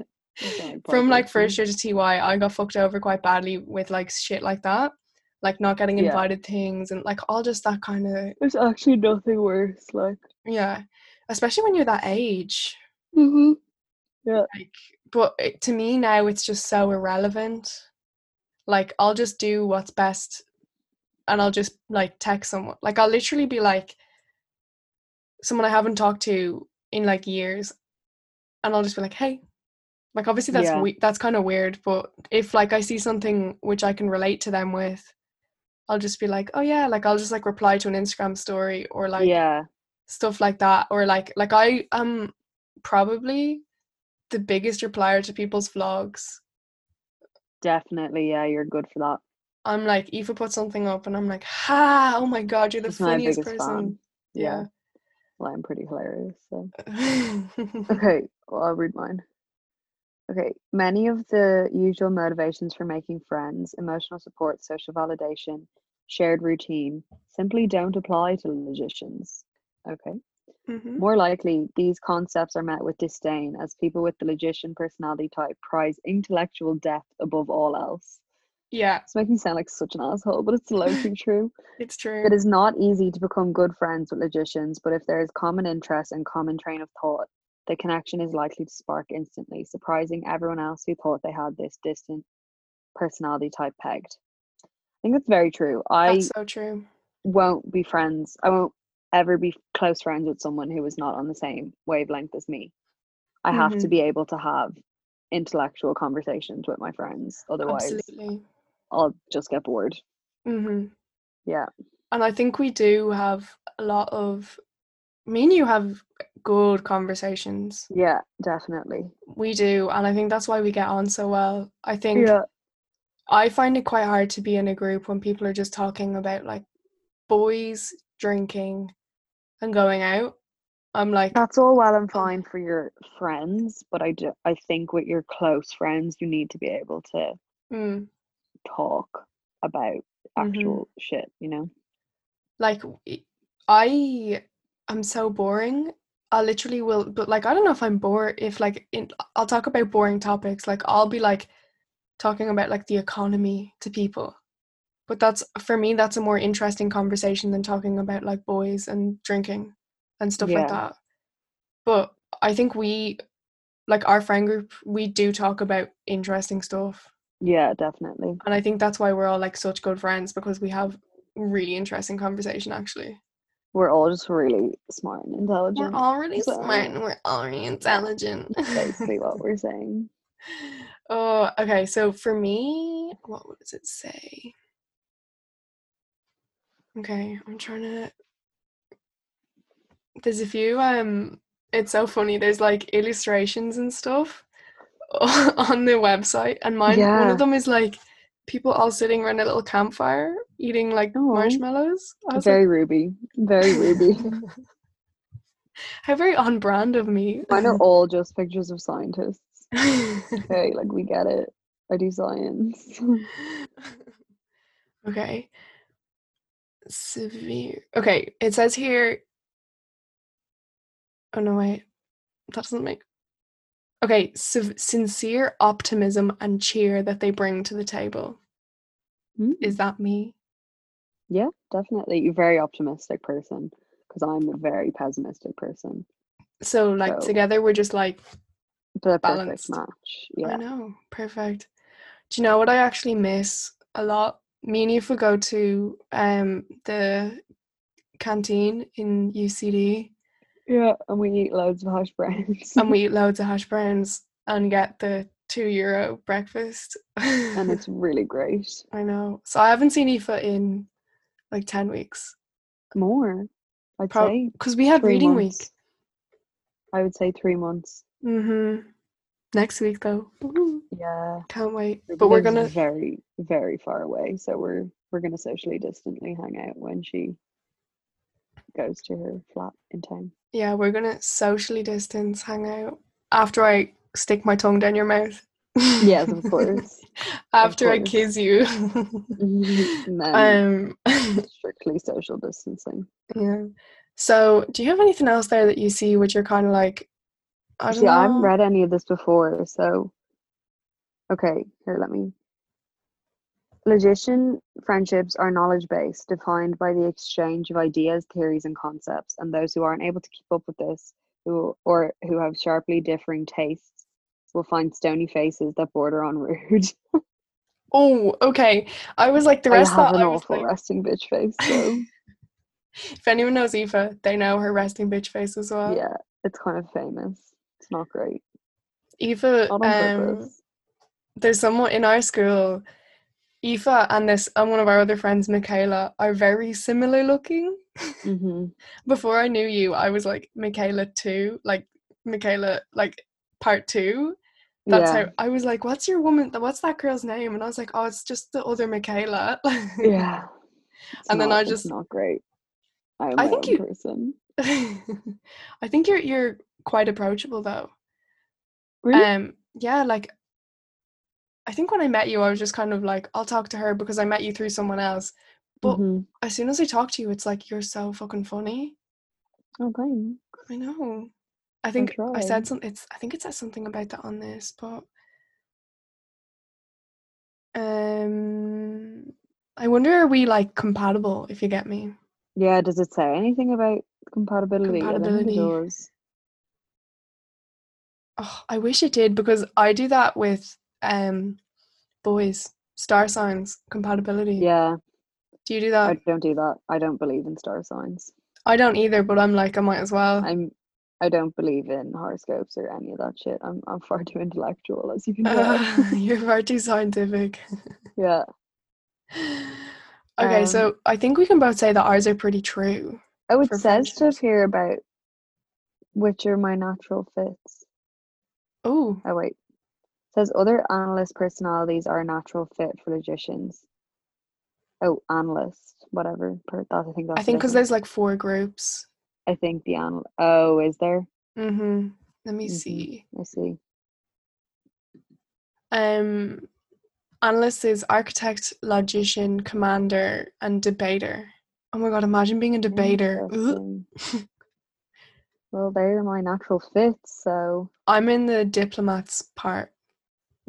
A: From like first year to TY, I got fucked over quite badly with like shit like that, like not getting
B: Yeah.
A: invited things and like all just that kind of
B: There's actually nothing worse. Like,
A: Yeah, especially when you're that age.
B: mm-hmm.
A: But it, to me now, it's just so irrelevant. Like, I'll just do what's best and I'll just like text someone. Like, I'll literally be like, someone I haven't talked to in like years, and I'll just be like, hey. Like, obviously, that's
B: Yeah.
A: we- that's kind of weird, but if like I see something which I can relate to them with, I'll just be like, oh yeah, like I'll just like reply to an Instagram story or like
B: yeah.
A: stuff like that or like like i am probably the biggest replier to people's vlogs
B: Definitely. Yeah. You're good for that.
A: i'm like eva put something up and i'm like ha oh my god you're the
B: It's my
A: funniest
B: biggest
A: person
B: fan.
A: yeah,
B: Well, I'm pretty hilarious. So. Okay. Well, I'll read mine. Okay. Many of the usual motivations for making friends, emotional support, social validation, shared routine, simply don't apply to logicians. Okay. Hmm?
A: Mhm.
B: More likely, these concepts are met with disdain as people with the logician personality type prize intellectual depth above all else.
A: yeah
B: It's making me sound like such an asshole, but it's low key true.
A: it's true
B: It is not easy to become good friends with logicians, but if there is common interest and common train of thought, the connection is likely to spark instantly, surprising everyone else who thought they had this distant personality type pegged. I think that's very true. I
A: that's so true
B: won't be friends. I won't ever be close friends with someone who is not on the same wavelength as me. I have
A: Mm-hmm.
B: to be able to have intellectual conversations with my friends. Otherwise,
A: absolutely
B: I'll just get bored.
A: hmm
B: Yeah.
A: and i think we do have a lot of me and you have good conversations
B: Yeah, definitely.
A: we do and i think that's why we get on so well i think
B: Yeah.
A: I find it quite hard to be in a group when people are just talking about like boys drinking and going out. I'm like,
B: That's all well and fine for your friends, but I do, I think with your close friends you need to be able to
A: mm.
B: talk about
A: Mm-hmm.
B: actual shit, you know?
A: like w- I am so boring. I literally will, but like I don't know if I'm bored. If like in, I'll talk about boring topics, like I'll be like talking about like the economy to people. But that's for me, that's a more interesting conversation than talking about like boys and drinking and stuff like
B: Yeah.
A: that. But I think we, like our friend group, we do talk about interesting stuff.
B: Yeah, definitely.
A: And I think that's why we're all like such good friends because we have really interesting conversation actually.
B: We're all just really smart and
A: We're
B: intelligent.
A: all really
B: So-
A: smart and we're all really intelligent.
B: Basically what we're saying.
A: oh, okay. So for me, what does it say? Okay, I'm trying to. There's a few. Um, it's so funny. There's like illustrations and stuff on the website, and mine. One
B: Yeah.
A: of them is like people all sitting around a little campfire eating like
B: Oh.
A: marshmallows. I was
B: Very ruby. Very ruby.
A: like, how very on brand of me.
B: Mine are all just pictures of scientists.
A: okay.
B: Okay, like we get it. I do science.
A: Severe. Okay, it says here. Oh no, wait. That doesn't make. Okay, siv- sincere optimism and cheer that they bring to the table.
B: Mm,
A: Is that me?
B: yeah, definitely. You're a very optimistic person because I'm a very pessimistic person.
A: So, like,
B: So-
A: together we're just like,
B: The perfect
A: Balanced.
B: match.
A: I
B: Yeah.
A: know, perfect. Do you know what I actually miss a lot? Me and if we go to um the canteen in UCD
B: Yeah, and we eat loads of hash browns.
A: and we eat loads of hash browns and get the two euro breakfast.
B: and it's really great.
A: I know. So I haven't seen Aoife in like ten weeks.
B: More. I'd say
A: Because we have
B: three
A: reading
B: months. I would say three months.
A: week. Mm-hmm. Next week though. Woohoo.
B: Yeah.
A: Can't wait.
B: Like,
A: But we're
B: lives
A: gonna
B: very very far away, so we're we're gonna socially distantly hang out when she goes to her flat in town.
A: yeah, we're gonna socially distance hang out after I stick my tongue down your mouth.
B: Yes, of course.
A: after I
B: course.
A: kiss you.
B: no,
A: um
B: strictly social distancing.
A: yeah. So do you have anything else there that you see which you're kinda like I don't
B: See,
A: know.
B: I haven't read any of this before, so okay, here let me. Logician friendships are knowledge based, defined by the exchange of ideas, theories, and concepts, and those who aren't able to keep up with this, who or who have sharply differing tastes, will find stony faces that border on rude.
A: Oh, okay. I was like the
B: I
A: rest
B: have
A: of
B: an
A: that, I was
B: awful
A: like-
B: resting bitch face, so
A: if anyone knows Eva, they know her resting bitch face as well.
B: yeah, it's kind of famous. It's not great.
A: Eva
B: Not on
A: um
B: purpose.
A: there's someone in our school, Aoife and this and one of our other friends, Michaela, are very similar looking.
B: hmm
A: Before I knew you, I was like Michaela two, like Michaela like part two. That's
B: yeah.
A: how I was like, What's your woman what's that girl's name? And I was like, Oh, it's just the other Michaela.
B: yeah It's
A: And then
B: not-
A: I
B: it's
A: just-
B: not great i am
A: I
B: my
A: think
B: own
A: you-
B: person
A: I think you're you're quite approachable though.
B: really
A: Um yeah, like I think when I met you I was just kind of like, I'll talk to her because I met you through someone else. but-
B: Mhm.
A: As soon as I talk to you, it's like you're so fucking funny.
B: okay
A: I know. I think I
B: trying.
A: said some. It's. I think it says something about that on this, but um, I wonder are we like compatible? If you get me,
B: yeah does it say anything about compatibility, I don't think it
A: Compatibility.
B: does.
A: oh, I wish it did because I do that with um, boys, star signs compatibility.
B: yeah
A: Do you do
B: i
A: that?
B: don't do that i don't believe in star signs
A: I, don't either, but I'm like I might as well.
B: i'm i don't believe in horoscopes or any of that shit i'm, I'm far too intellectual as you can tell
A: Uh, you're far too scientific.
B: yeah
A: Okay,
B: Um,
A: so I think we can both say that ours are pretty true.
B: oh it
A: For
B: says stuff
A: friendships.
B: here about which are my natural fits
A: Oh,
B: Oh wait. says other analyst personalities are a natural fit for logicians. Oh, analyst, whatever. Per, that, I think that's
A: I think because
B: different.
A: there's like four groups.
B: I think the anal. Oh, is there?
A: Mm-hmm. Let me
B: Mhm.
A: see.
B: I see.
A: Um, analyst is architect, logician, commander, and debater. Oh my god! Imagine being a debater. Ugh.
B: Interesting. well, they're my natural fits, so
A: I'm in the diplomats part.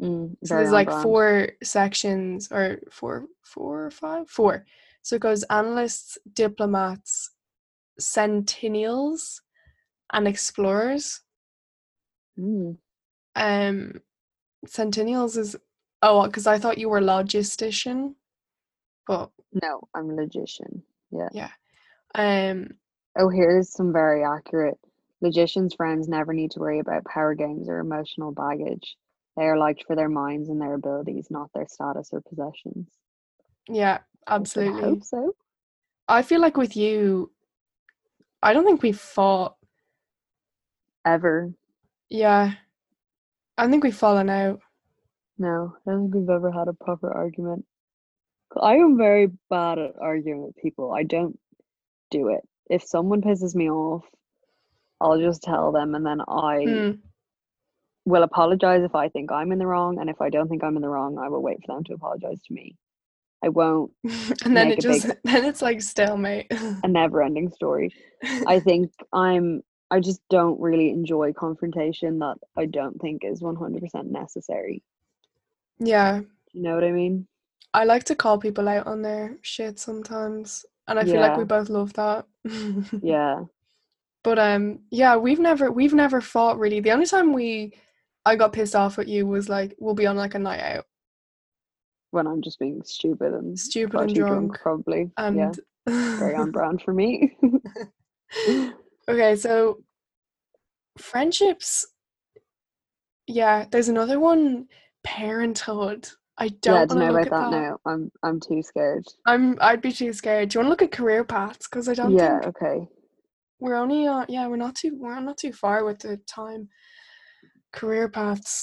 B: mm,
A: So
B: very
A: there's
B: on
A: like
B: brand.
A: four sections, or four, four or five, four. So it goes analysts, diplomats, centennials, and explorers.
B: Mm.
A: Um, centennials is oh, because I thought you were logistician, but
B: No, I'm a logician. Yeah.
A: um,
B: Oh, here's some very accurate. Logicians' friends never need to worry about power games or emotional baggage. They are liked for their minds and their abilities, not their status or possessions.
A: yeah,
B: I should
A: absolutely.
B: hope so.
A: I feel like with you, I don't think we fought.
B: Ever.
A: Yeah, I think we've fallen out.
B: No, I don't think we've ever had a proper argument. 'Cause I am very bad at arguing with people. I don't do it. If someone pisses me off, I'll just tell them and then I
A: Mm,
B: will apologize if I think I'm in the wrong. And if I don't think I'm in the wrong, I will wait for them to apologize to me. I won't.
A: and then
B: Make
A: it
B: a big-
A: just then it's like stalemate.
B: A never ending story. I think I'm. I just don't really enjoy confrontation that I don't think is 100% necessary.
A: yeah,
B: You know what I mean?
A: I like to call people out on their shit sometimes, and I feel like
B: Yeah.
A: we both love that. Mm-hmm.
B: Yeah.
A: But um yeah, we've never we've never fought really. The only time we I got pissed off at you was like we'll be on like a night out.
B: when I'm just being stupid and
A: Stupid
B: far
A: and
B: too drunk,
A: drunk
B: probably.
A: And
B: yeah, very on brand for me.
A: Okay, so friendships yeah, there's another one, parenthood. I don't
B: yeah,
A: want
B: to
A: to
B: know
A: look
B: about that,
A: at that.
B: now. I'm I'm too scared.
A: I'm I'd be too scared. Do you want to look at career paths? Because I don't
B: yeah,
A: think
B: okay.
A: we're only on yeah we're not too we're not too far with the time career paths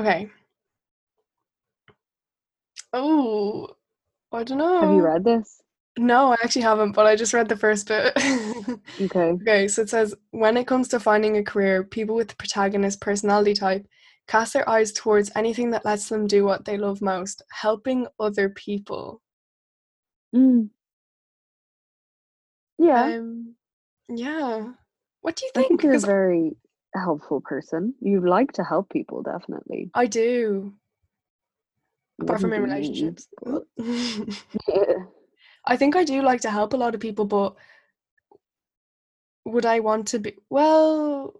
A: okay oh i don't know
B: Have you read this?
A: no i actually haven't but i just read the first bit
B: Okay.
A: Okay, so it says when it comes to finding a career, people with the protagonist personality type cast their eyes towards anything that lets them do what they love most, helping other people.
B: Mm. Yeah,
A: Um, yeah. What do you
B: I
A: think?
B: think you're a
A: Because
B: very helpful person. You like to help people, definitely.
A: I do, apart from in
B: Wouldn't be me,
A: relationships.
B: but
A: I think I do like to help a lot of people, but would I want to be? Well,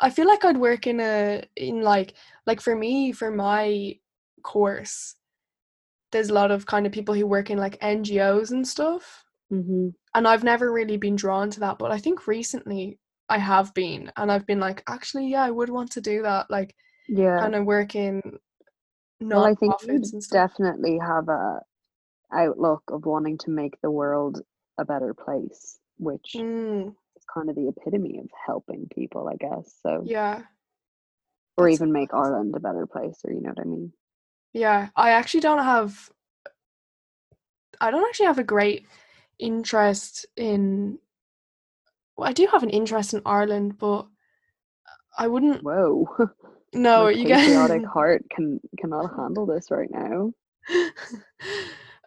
A: I feel like I'd work in a in like like for me for my course there's a lot of kind of people who work in like NGOs and stuff.
B: hmm
A: And I've never really been drawn to that, but I think recently I have been and I've been like, actually, yeah, I would want to do that. Like
B: yeah.
A: kind of work in
B: Well,
A: non
B: I think
A: profits
B: you
A: and stuff.
B: definitely have a outlook of wanting to make the world a better place, which
A: Mm,
B: is kind of the epitome of helping people, I guess. So,
A: yeah.
B: or
A: That's
B: even make Ireland a better place, or you know what I mean?
A: yeah. I actually don't have I don't actually have a great interest in well, I do have an interest in Ireland, but I wouldn't
B: Whoa,
A: no,
B: my
A: Oh, you get
B: patriotic heart can cannot handle this right now.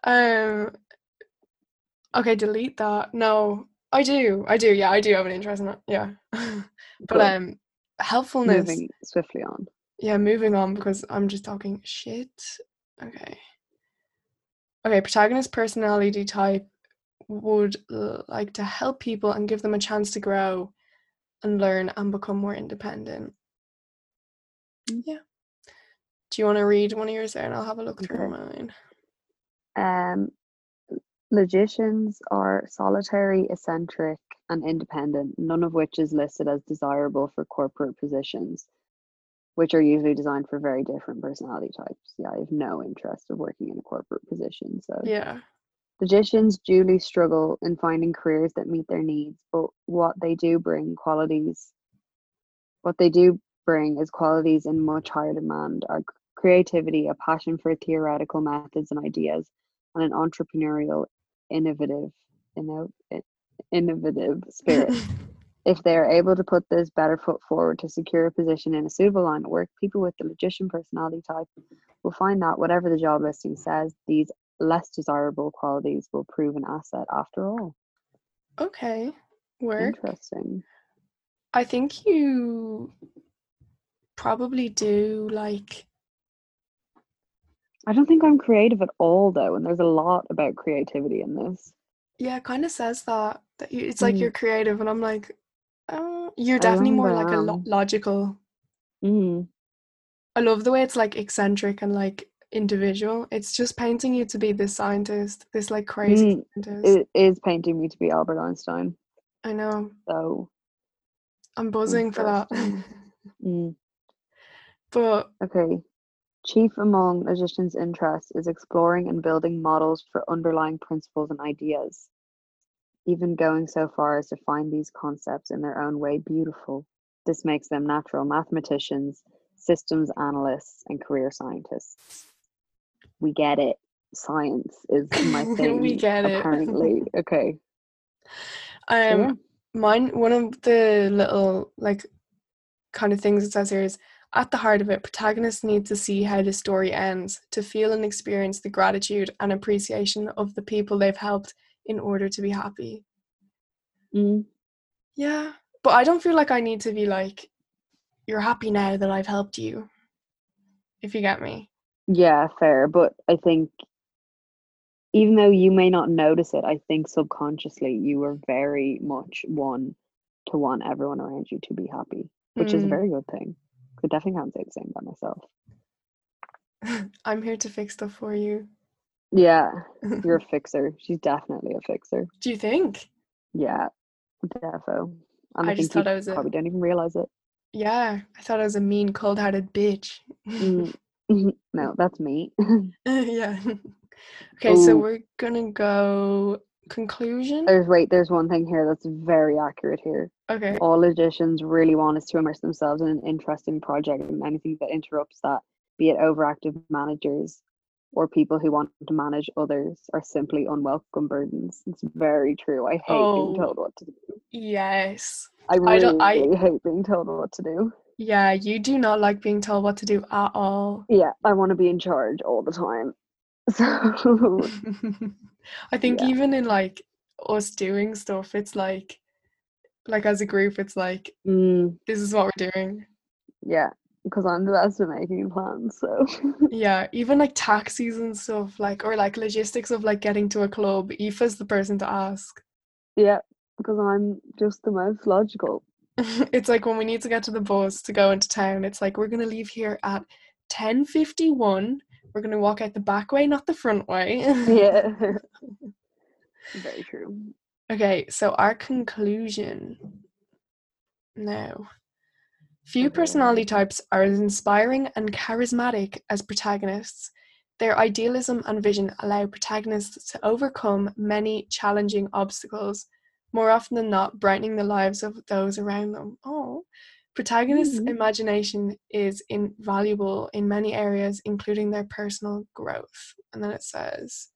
A: um Okay, delete that. No, I do. I do. Yeah, I do have an interest in that. Yeah. but
B: Good.
A: um helpfulness.
B: Moving swiftly on.
A: Yeah, moving on because I'm just talking shit. Okay. Okay, protagonist personality type would l- like to help people and give them a chance to grow and learn and become more independent.
B: Mm,
A: Yeah. Do you want to read one of yours there and I'll have a look through
B: Okay.
A: mine?
B: Um, logicians are solitary, eccentric, and independent, none of which is listed as desirable for corporate positions, which are usually designed for very different personality types. Yeah, I have no interest of working in a corporate position. So,
A: Yeah.
B: logicians duly struggle in finding careers that meet their needs, but what they do bring qualities what they do bring is qualities in much higher demand are c- creativity, a passion for theoretical methods and ideas, and an entrepreneurial, innovative, inno- i- innovative spirit. If they are able to put this better foot forward to secure a position in a suitable line of work, people with the logician personality type will find that whatever the job listing says, these less desirable qualities will prove an asset after all.
A: okay. Work.
B: Interesting.
A: I think you probably do like
B: I don't think I'm creative at all though, and there's a lot about creativity in this.
A: Yeah, it kind of says that that you, it's like
B: Mm.
A: you're creative, and I'm like, uh, you're
B: I don't
A: definitely
B: think
A: more
B: I
A: like a lo-
B: am.
A: logical.
B: Mm.
A: I love the way it's like eccentric and like individual. It's just painting you to be this scientist, this like crazy
B: Mm.
A: scientist.
B: It is painting me to be Albert Einstein.
A: I know,
B: So
A: I'm buzzing for that.
B: interesting. Mm.
A: But
B: Okay. Chief among logicians' interests is exploring and building models for underlying principles and ideas, even going so far as to find these concepts in their own way beautiful. This makes them natural mathematicians, systems analysts, and career scientists. We get it. Science is my
A: we
B: thing,
A: get it.
B: apparently. Okay. So,
A: Um,
B: yeah.
A: mine. One of the little like kind of things it says here is at the heart of it, protagonists need to see how the story ends, to feel and experience the gratitude and appreciation of the people they've helped in order to be happy.
B: Mm.
A: Yeah. But I don't feel like I need to be like, you're happy now that I've helped you, if you get me.
B: Yeah, fair. But I think even though you may not notice it, I think subconsciously you are very much one to want everyone around you to be happy, which is a
A: Mm.
B: very good thing. I definitely can't say the same by myself.
A: I'm here to fix stuff for you.
B: Yeah, you're
A: Do
B: a fixer. She's definitely a fixer.
A: you think?
B: Yeah, defo. And I
A: I just
B: think
A: thought
B: you
A: I was a,
B: probably don't even realize it.
A: yeah, I thought I was a mean, cold hearted bitch.
B: Mm. No, that's me.
A: yeah. Okay, so
B: Ooh,
A: we're gonna go. conclusion.
B: There's wait, there's one thing here that's very accurate here.
A: Okay.
B: All logicians really want is to immerse themselves in an interesting project and anything that interrupts that, be it overactive managers or people who want to manage others are simply unwelcome burdens. It's very true. I hate
A: Oh.
B: being told what to do.
A: Yes.
B: I really,
A: I don't- I-
B: really hate being told what to do.
A: Yeah, you do not like being told what to do at all.
B: Yeah, I want to be in charge all the time. So
A: I think
B: Yeah.
A: even in like us doing stuff, it's like like as a group, it's like
B: mm,
A: this is what we're doing.
B: yeah, because I'm the best at making plans. So
A: Yeah, even like taxis and stuff, like or like logistics of like getting to a club. Aoife's the person to ask.
B: yeah, because I'm just the most logical.
A: it's like when we need to get to the bus to go into town, it's like we're gonna leave here at ten fifty one. We're gonna walk out the back way, not the front way.
B: Yeah. Very true.
A: Okay, so our conclusion now. Few
B: Okay.
A: personality types are as inspiring and charismatic as protagonists. Their idealism and vision allow protagonists to overcome many challenging obstacles, more often than not, brightening the lives of those around them. Oh, protagonists'
B: Mhm.
A: imagination is invaluable in many areas, including their personal growth. And then it says,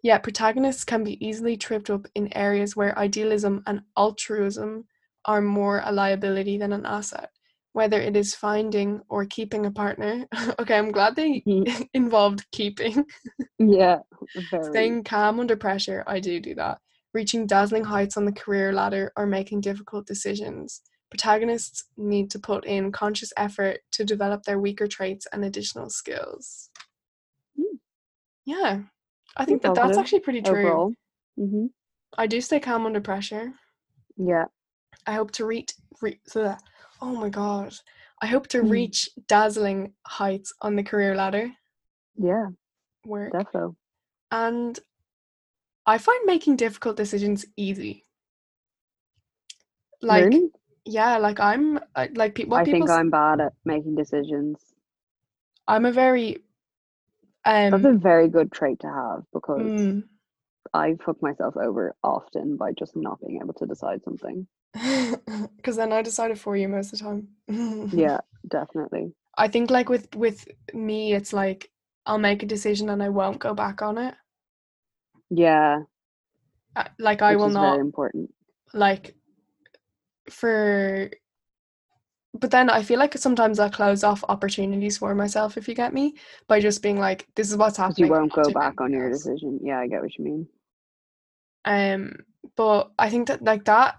A: Yet protagonists can be easily tripped up in areas where idealism and altruism are more a liability than an asset, whether it is finding or keeping a partner. okay, I'm glad they involved keeping.
B: Yeah, very.
A: Staying calm under pressure, I do do that. Reaching dazzling heights on the career ladder or making difficult decisions. Protagonists need to put in conscious effort to develop their weaker traits and additional skills.
B: Hmm.
A: Yeah, I
B: Pretty
A: think that that's
B: positive
A: actually pretty true.
B: overall. hmm
A: I do stay calm under pressure.
B: Yeah,
A: I hope to reach. Re- bleh. oh my god! I hope to
B: Mm.
A: reach dazzling heights on the career ladder.
B: yeah,
A: Work
B: defo.
A: and I find making difficult decisions easy. Like
B: really?
A: yeah, like I'm I- like pe- what
B: I
A: people.
B: think I'm bad at making decisions.
A: I'm a very.
B: That's
A: Um,
B: a very good trait to have because
A: mm,
B: I fuck myself over often by just not being able to decide something.
A: because then I decided for you most of the time.
B: Yeah, definitely.
A: I think like with with me, it's like I'll make a decision and I won't go back on it.
B: Yeah,
A: Uh, Like I
B: which
A: will
B: is
A: not
B: very important.
A: like for but then I feel like sometimes I close off opportunities for myself if you get me by just being like this is what's
B: 'Cause
A: happening.
B: you won't
A: I'll
B: go
A: do
B: back on
A: anything
B: your
A: else.
B: decision. Yeah, I get what you mean.
A: Um but I think that like that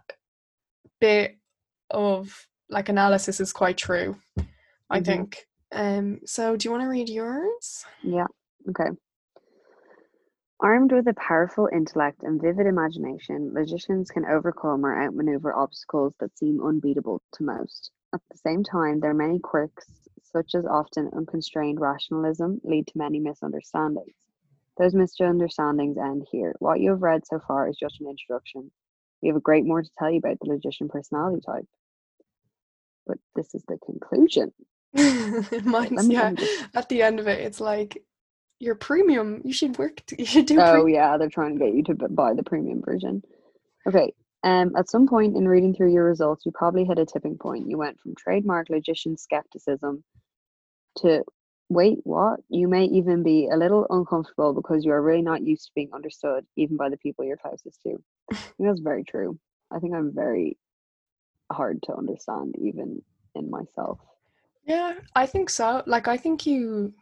A: bit of like analysis is quite true. I
B: Mhm.
A: think. Um so do you want to read yours?
B: Yeah, okay. Armed with a powerful intellect and vivid imagination, logicians can overcome or outmaneuver obstacles that seem unbeatable to most. At the same time, their many quirks, such as often unconstrained rationalism, lead to many misunderstandings. Those misunderstandings end here. What you have read so far is just an introduction. We have a great more to tell you about the logician personality type. But this is the conclusion.
A: Mine's
B: me-
A: yeah.
B: let me just-
A: At the end of it, it's like you're premium. You should work. T- you should do.
B: Oh
A: pre-
B: yeah, they're trying to get you to b- buy the premium version. Okay. Um, at some point in reading through your results, you probably hit a tipping point. You went from trademark logician skepticism to wait, what? You may even be a little uncomfortable because you are really not used to being understood, even by the people you're closest to. I think that's very true. I think I'm very hard to understand, even in myself.
A: Yeah, I think so. Like, I think you.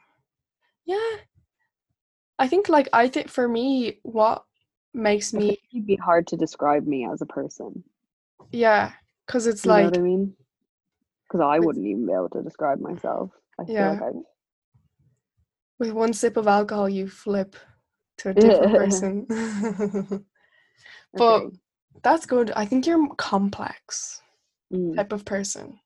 A: Yeah, I think like I think for me, what makes
B: I
A: me
B: think it'd be hard to describe me as a person.
A: yeah, because it's
B: You know
A: like
B: what I mean? Because I
A: It's-
B: wouldn't even be able to describe myself. I feel like I
A: with one sip of alcohol, you flip to a different person. But-
B: okay,
A: That's good. I think you're complex
B: mm,
A: type of person,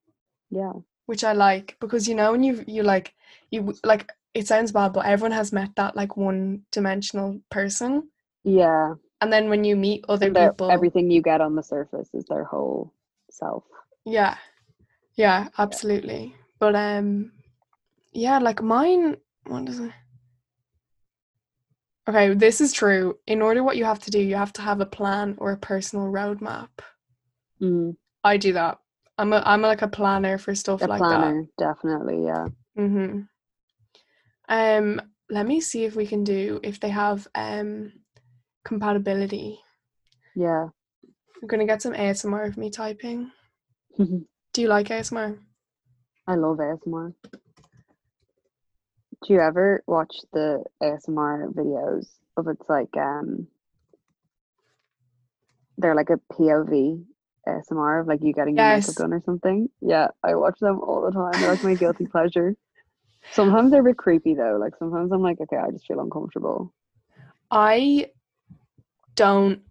B: yeah,
A: which I like because you know when you you like you w- like it sounds bad, but everyone has met that like one dimensional person,
B: yeah.
A: and then when you meet other
B: and their-
A: people,
B: Everything you get on the surface is their whole self.
A: Yeah. Yeah, absolutely. But um yeah, like mine what is it? Okay, this is true. In order, what you have to do, you have to have a plan or a personal roadmap.
B: Mm,
A: I do that. I'm a I'm like a planner for stuff
B: a
A: like
B: planner, definitely. Yeah.
A: that. Mm-hmm. Um, let me see if we can do if they have um compatibility.
B: Yeah.
A: I'm gonna get some ASMR of me typing. Do you like ASMR?
B: I love ASMR. Do you ever watch the ASMR videos of it's like um they're like a POV ASMR of like you getting your
A: Yes.
B: makeup done or something? Yeah, I watch them all the time. They're like my guilty pleasure. Sometimes they're a bit creepy though. Like sometimes I'm like, okay, I just feel uncomfortable.
A: I don't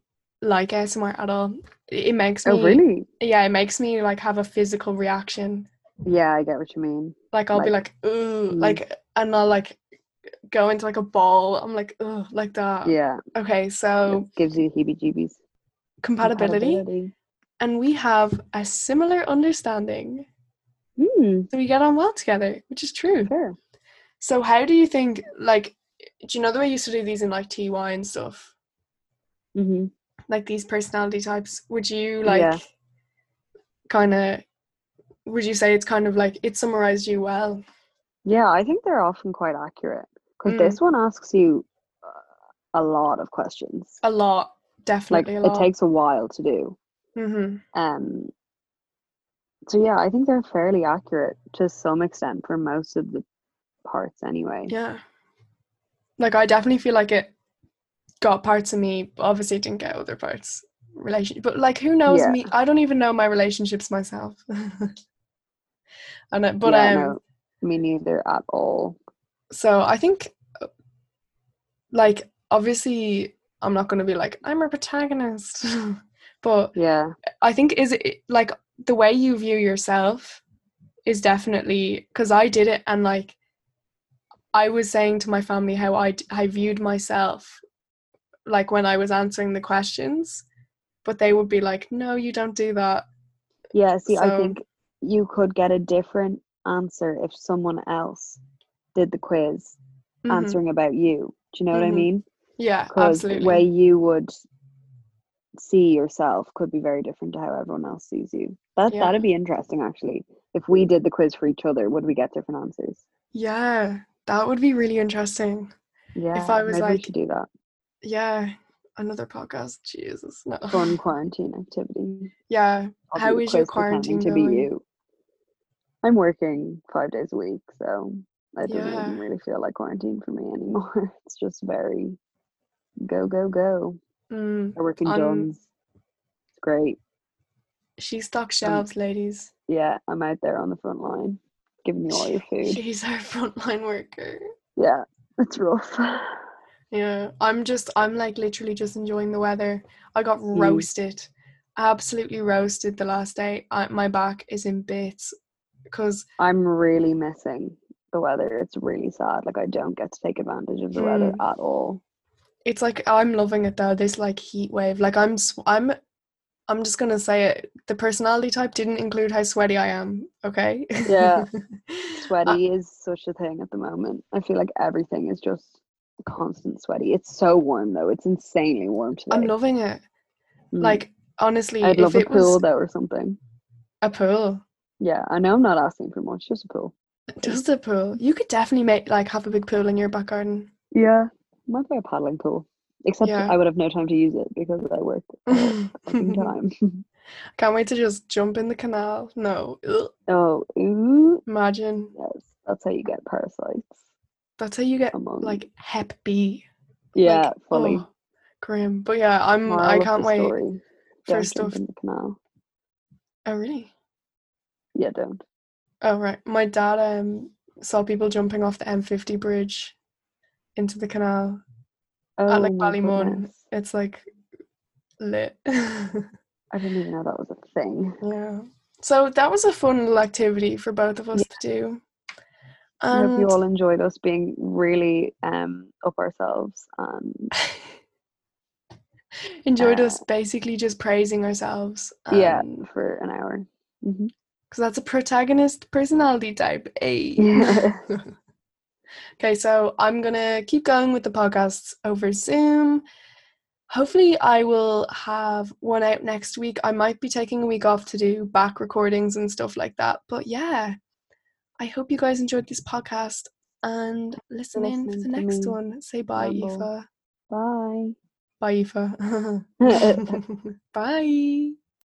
A: like ASMR at all. It it makes me
B: Oh really?
A: yeah, it makes me like have a physical reaction.
B: Yeah, I get what you mean.
A: Like I'll be like, ooh,
B: Mm.
A: like and I'll like go into like a ball. I'm like, ugh, like that.
B: Yeah.
A: Okay,
B: It
A: Uh, so
B: gives you heebie jeebies.
A: compatibility. And we have a similar understanding.
B: Hmm,
A: So we get on well together, which is true.
B: fair.
A: So how do you think like do you know the way you used to do these in like TY and stuff?
B: Mm-hmm.
A: Like these personality types. Would you like
B: Yeah.
A: kinda would you say it's kind of like it summarized you well?
B: Yeah, I think they're often quite accurate because
A: Mm.
B: this one asks you uh, a lot of questions.
A: A lot.
B: Like
A: Definitely a
B: it
A: lot.
B: takes a while to do.
A: mm-hmm.
B: Um, so yeah, I think they're fairly accurate to some extent for most of the parts anyway.
A: Yeah. Like I definitely feel like it got parts of me, but obviously it didn't get other parts. Relationship, but like who knows
B: Yeah.
A: me? I don't even know my relationships myself. and I, but
B: Yeah,
A: um,
B: no, me neither at all.
A: so I think, uh, like obviously, I'm not going to be like I'm a protagonist, but
B: Yeah,
A: I think is it like the way you view yourself is definitely because I did it and like I was saying to my family how I d- I viewed myself like when I was answering the questions, but they would be like, "No, you don't do that."
B: yeah. See, I
A: So-
B: think you could get a different answer if someone else did the quiz
A: Mhm.
B: answering about you. Do you know what I
A: Mhm.
B: mean?
A: Yeah,
B: because the
A: absolutely.
B: way you would see yourself could be very different to how everyone else sees you. That
A: Yeah.
B: that'd be interesting actually. If we did the quiz for each other, would we get different answers?
A: yeah, that would be really interesting.
B: Yeah,
A: I was
B: maybe we
A: like-
B: should do that
A: Yeah, another podcast. Jesus, no.
B: fun quarantine activity.
A: yeah,
B: I'll
A: How
B: do a
A: is your
B: quiz
A: quarantine
B: pretending to be
A: going?
B: you? I'm working five days a week, so I don't
A: Yeah.
B: even really feel like quarantine for me anymore. It's just very go go go.
A: mm,
B: I work in
A: On-
B: Duns. It's great.
A: she stocks shelves, ladies.
B: Yeah, I'm out there on the front line, giving you all your food.
A: She's our frontline worker.
B: Yeah, it's rough.
A: Yeah, I'm just, I'm like literally just enjoying the weather. I got
B: Mm.
A: roasted, absolutely roasted the last day. I, my back is in bits because
B: I'm really missing the weather. It's really sad. Like I don't get to take advantage of the weather
A: Mm.
B: at all.
A: it's like I'm loving it though. This like heat wave, like I'm, sw- I'm, I'm just gonna say it. The personality type didn't include how sweaty I am. Okay.
B: Yeah.
A: I-
B: Sweaty is such a thing at the moment. I feel like everything is just constant sweaty. It's so warm though. It's insanely warm today.
A: I'm loving it.
B: Mm.
A: Like honestly,
B: I'd
A: if
B: love a
A: it
B: pool
A: was
B: though or something.
A: a pool,
B: Yeah, I know I'm not asking for much, just a pool.
A: just a pool, you could definitely make like have a big pool in your back garden.
B: Yeah. Might be a paddling pool. Except
A: Yeah.
B: I would have no time to use it because I work all fucking
A: Can't
B: time.
A: wait to just jump in the canal. No, Ugh.
B: oh, ooh.
A: imagine
B: Yes. That's how you get parasites.
A: that's how you get
B: Among
A: like Hep B.
B: Um, Yeah,
A: like,
B: fully.
A: Oh, grim. But yeah, I'm.
B: Moral
A: I
B: of the
A: can't wait
B: Story.
A: for
B: Don't
A: stuff.
B: jump in the canal.
A: Oh really?
B: Yeah, don't.
A: Oh right. My dad um saw people jumping off the M50 bridge into the canal.
B: Oh
A: like
B: my
A: Ballymun.
B: goodness.
A: It's like lit. yeah.
B: I didn't even know that was a thing.
A: So that was a fun little activity for both of us to do.
B: I hope you
A: And
B: all enjoyed us being really um up ourselves and
A: enjoyed
B: uh,
A: us basically just praising ourselves. um,
B: yeah
A: because
B: for an hour. Mhm.
A: that's a protagonist personality type. A.
B: Yeah.
A: eh? Okay, so I'm gonna keep going with the podcasts over Zoom. Hopefully, I will have one out next week. I might be taking a week off to do back recordings and stuff like that. But yeah, I hope you guys enjoyed this podcast and listen in for the
B: Listening to
A: next
B: me
A: one. Say bye,
B: ramble.
A: Aoife.
B: Bye. uh,
A: Bye, Aoife. Bye.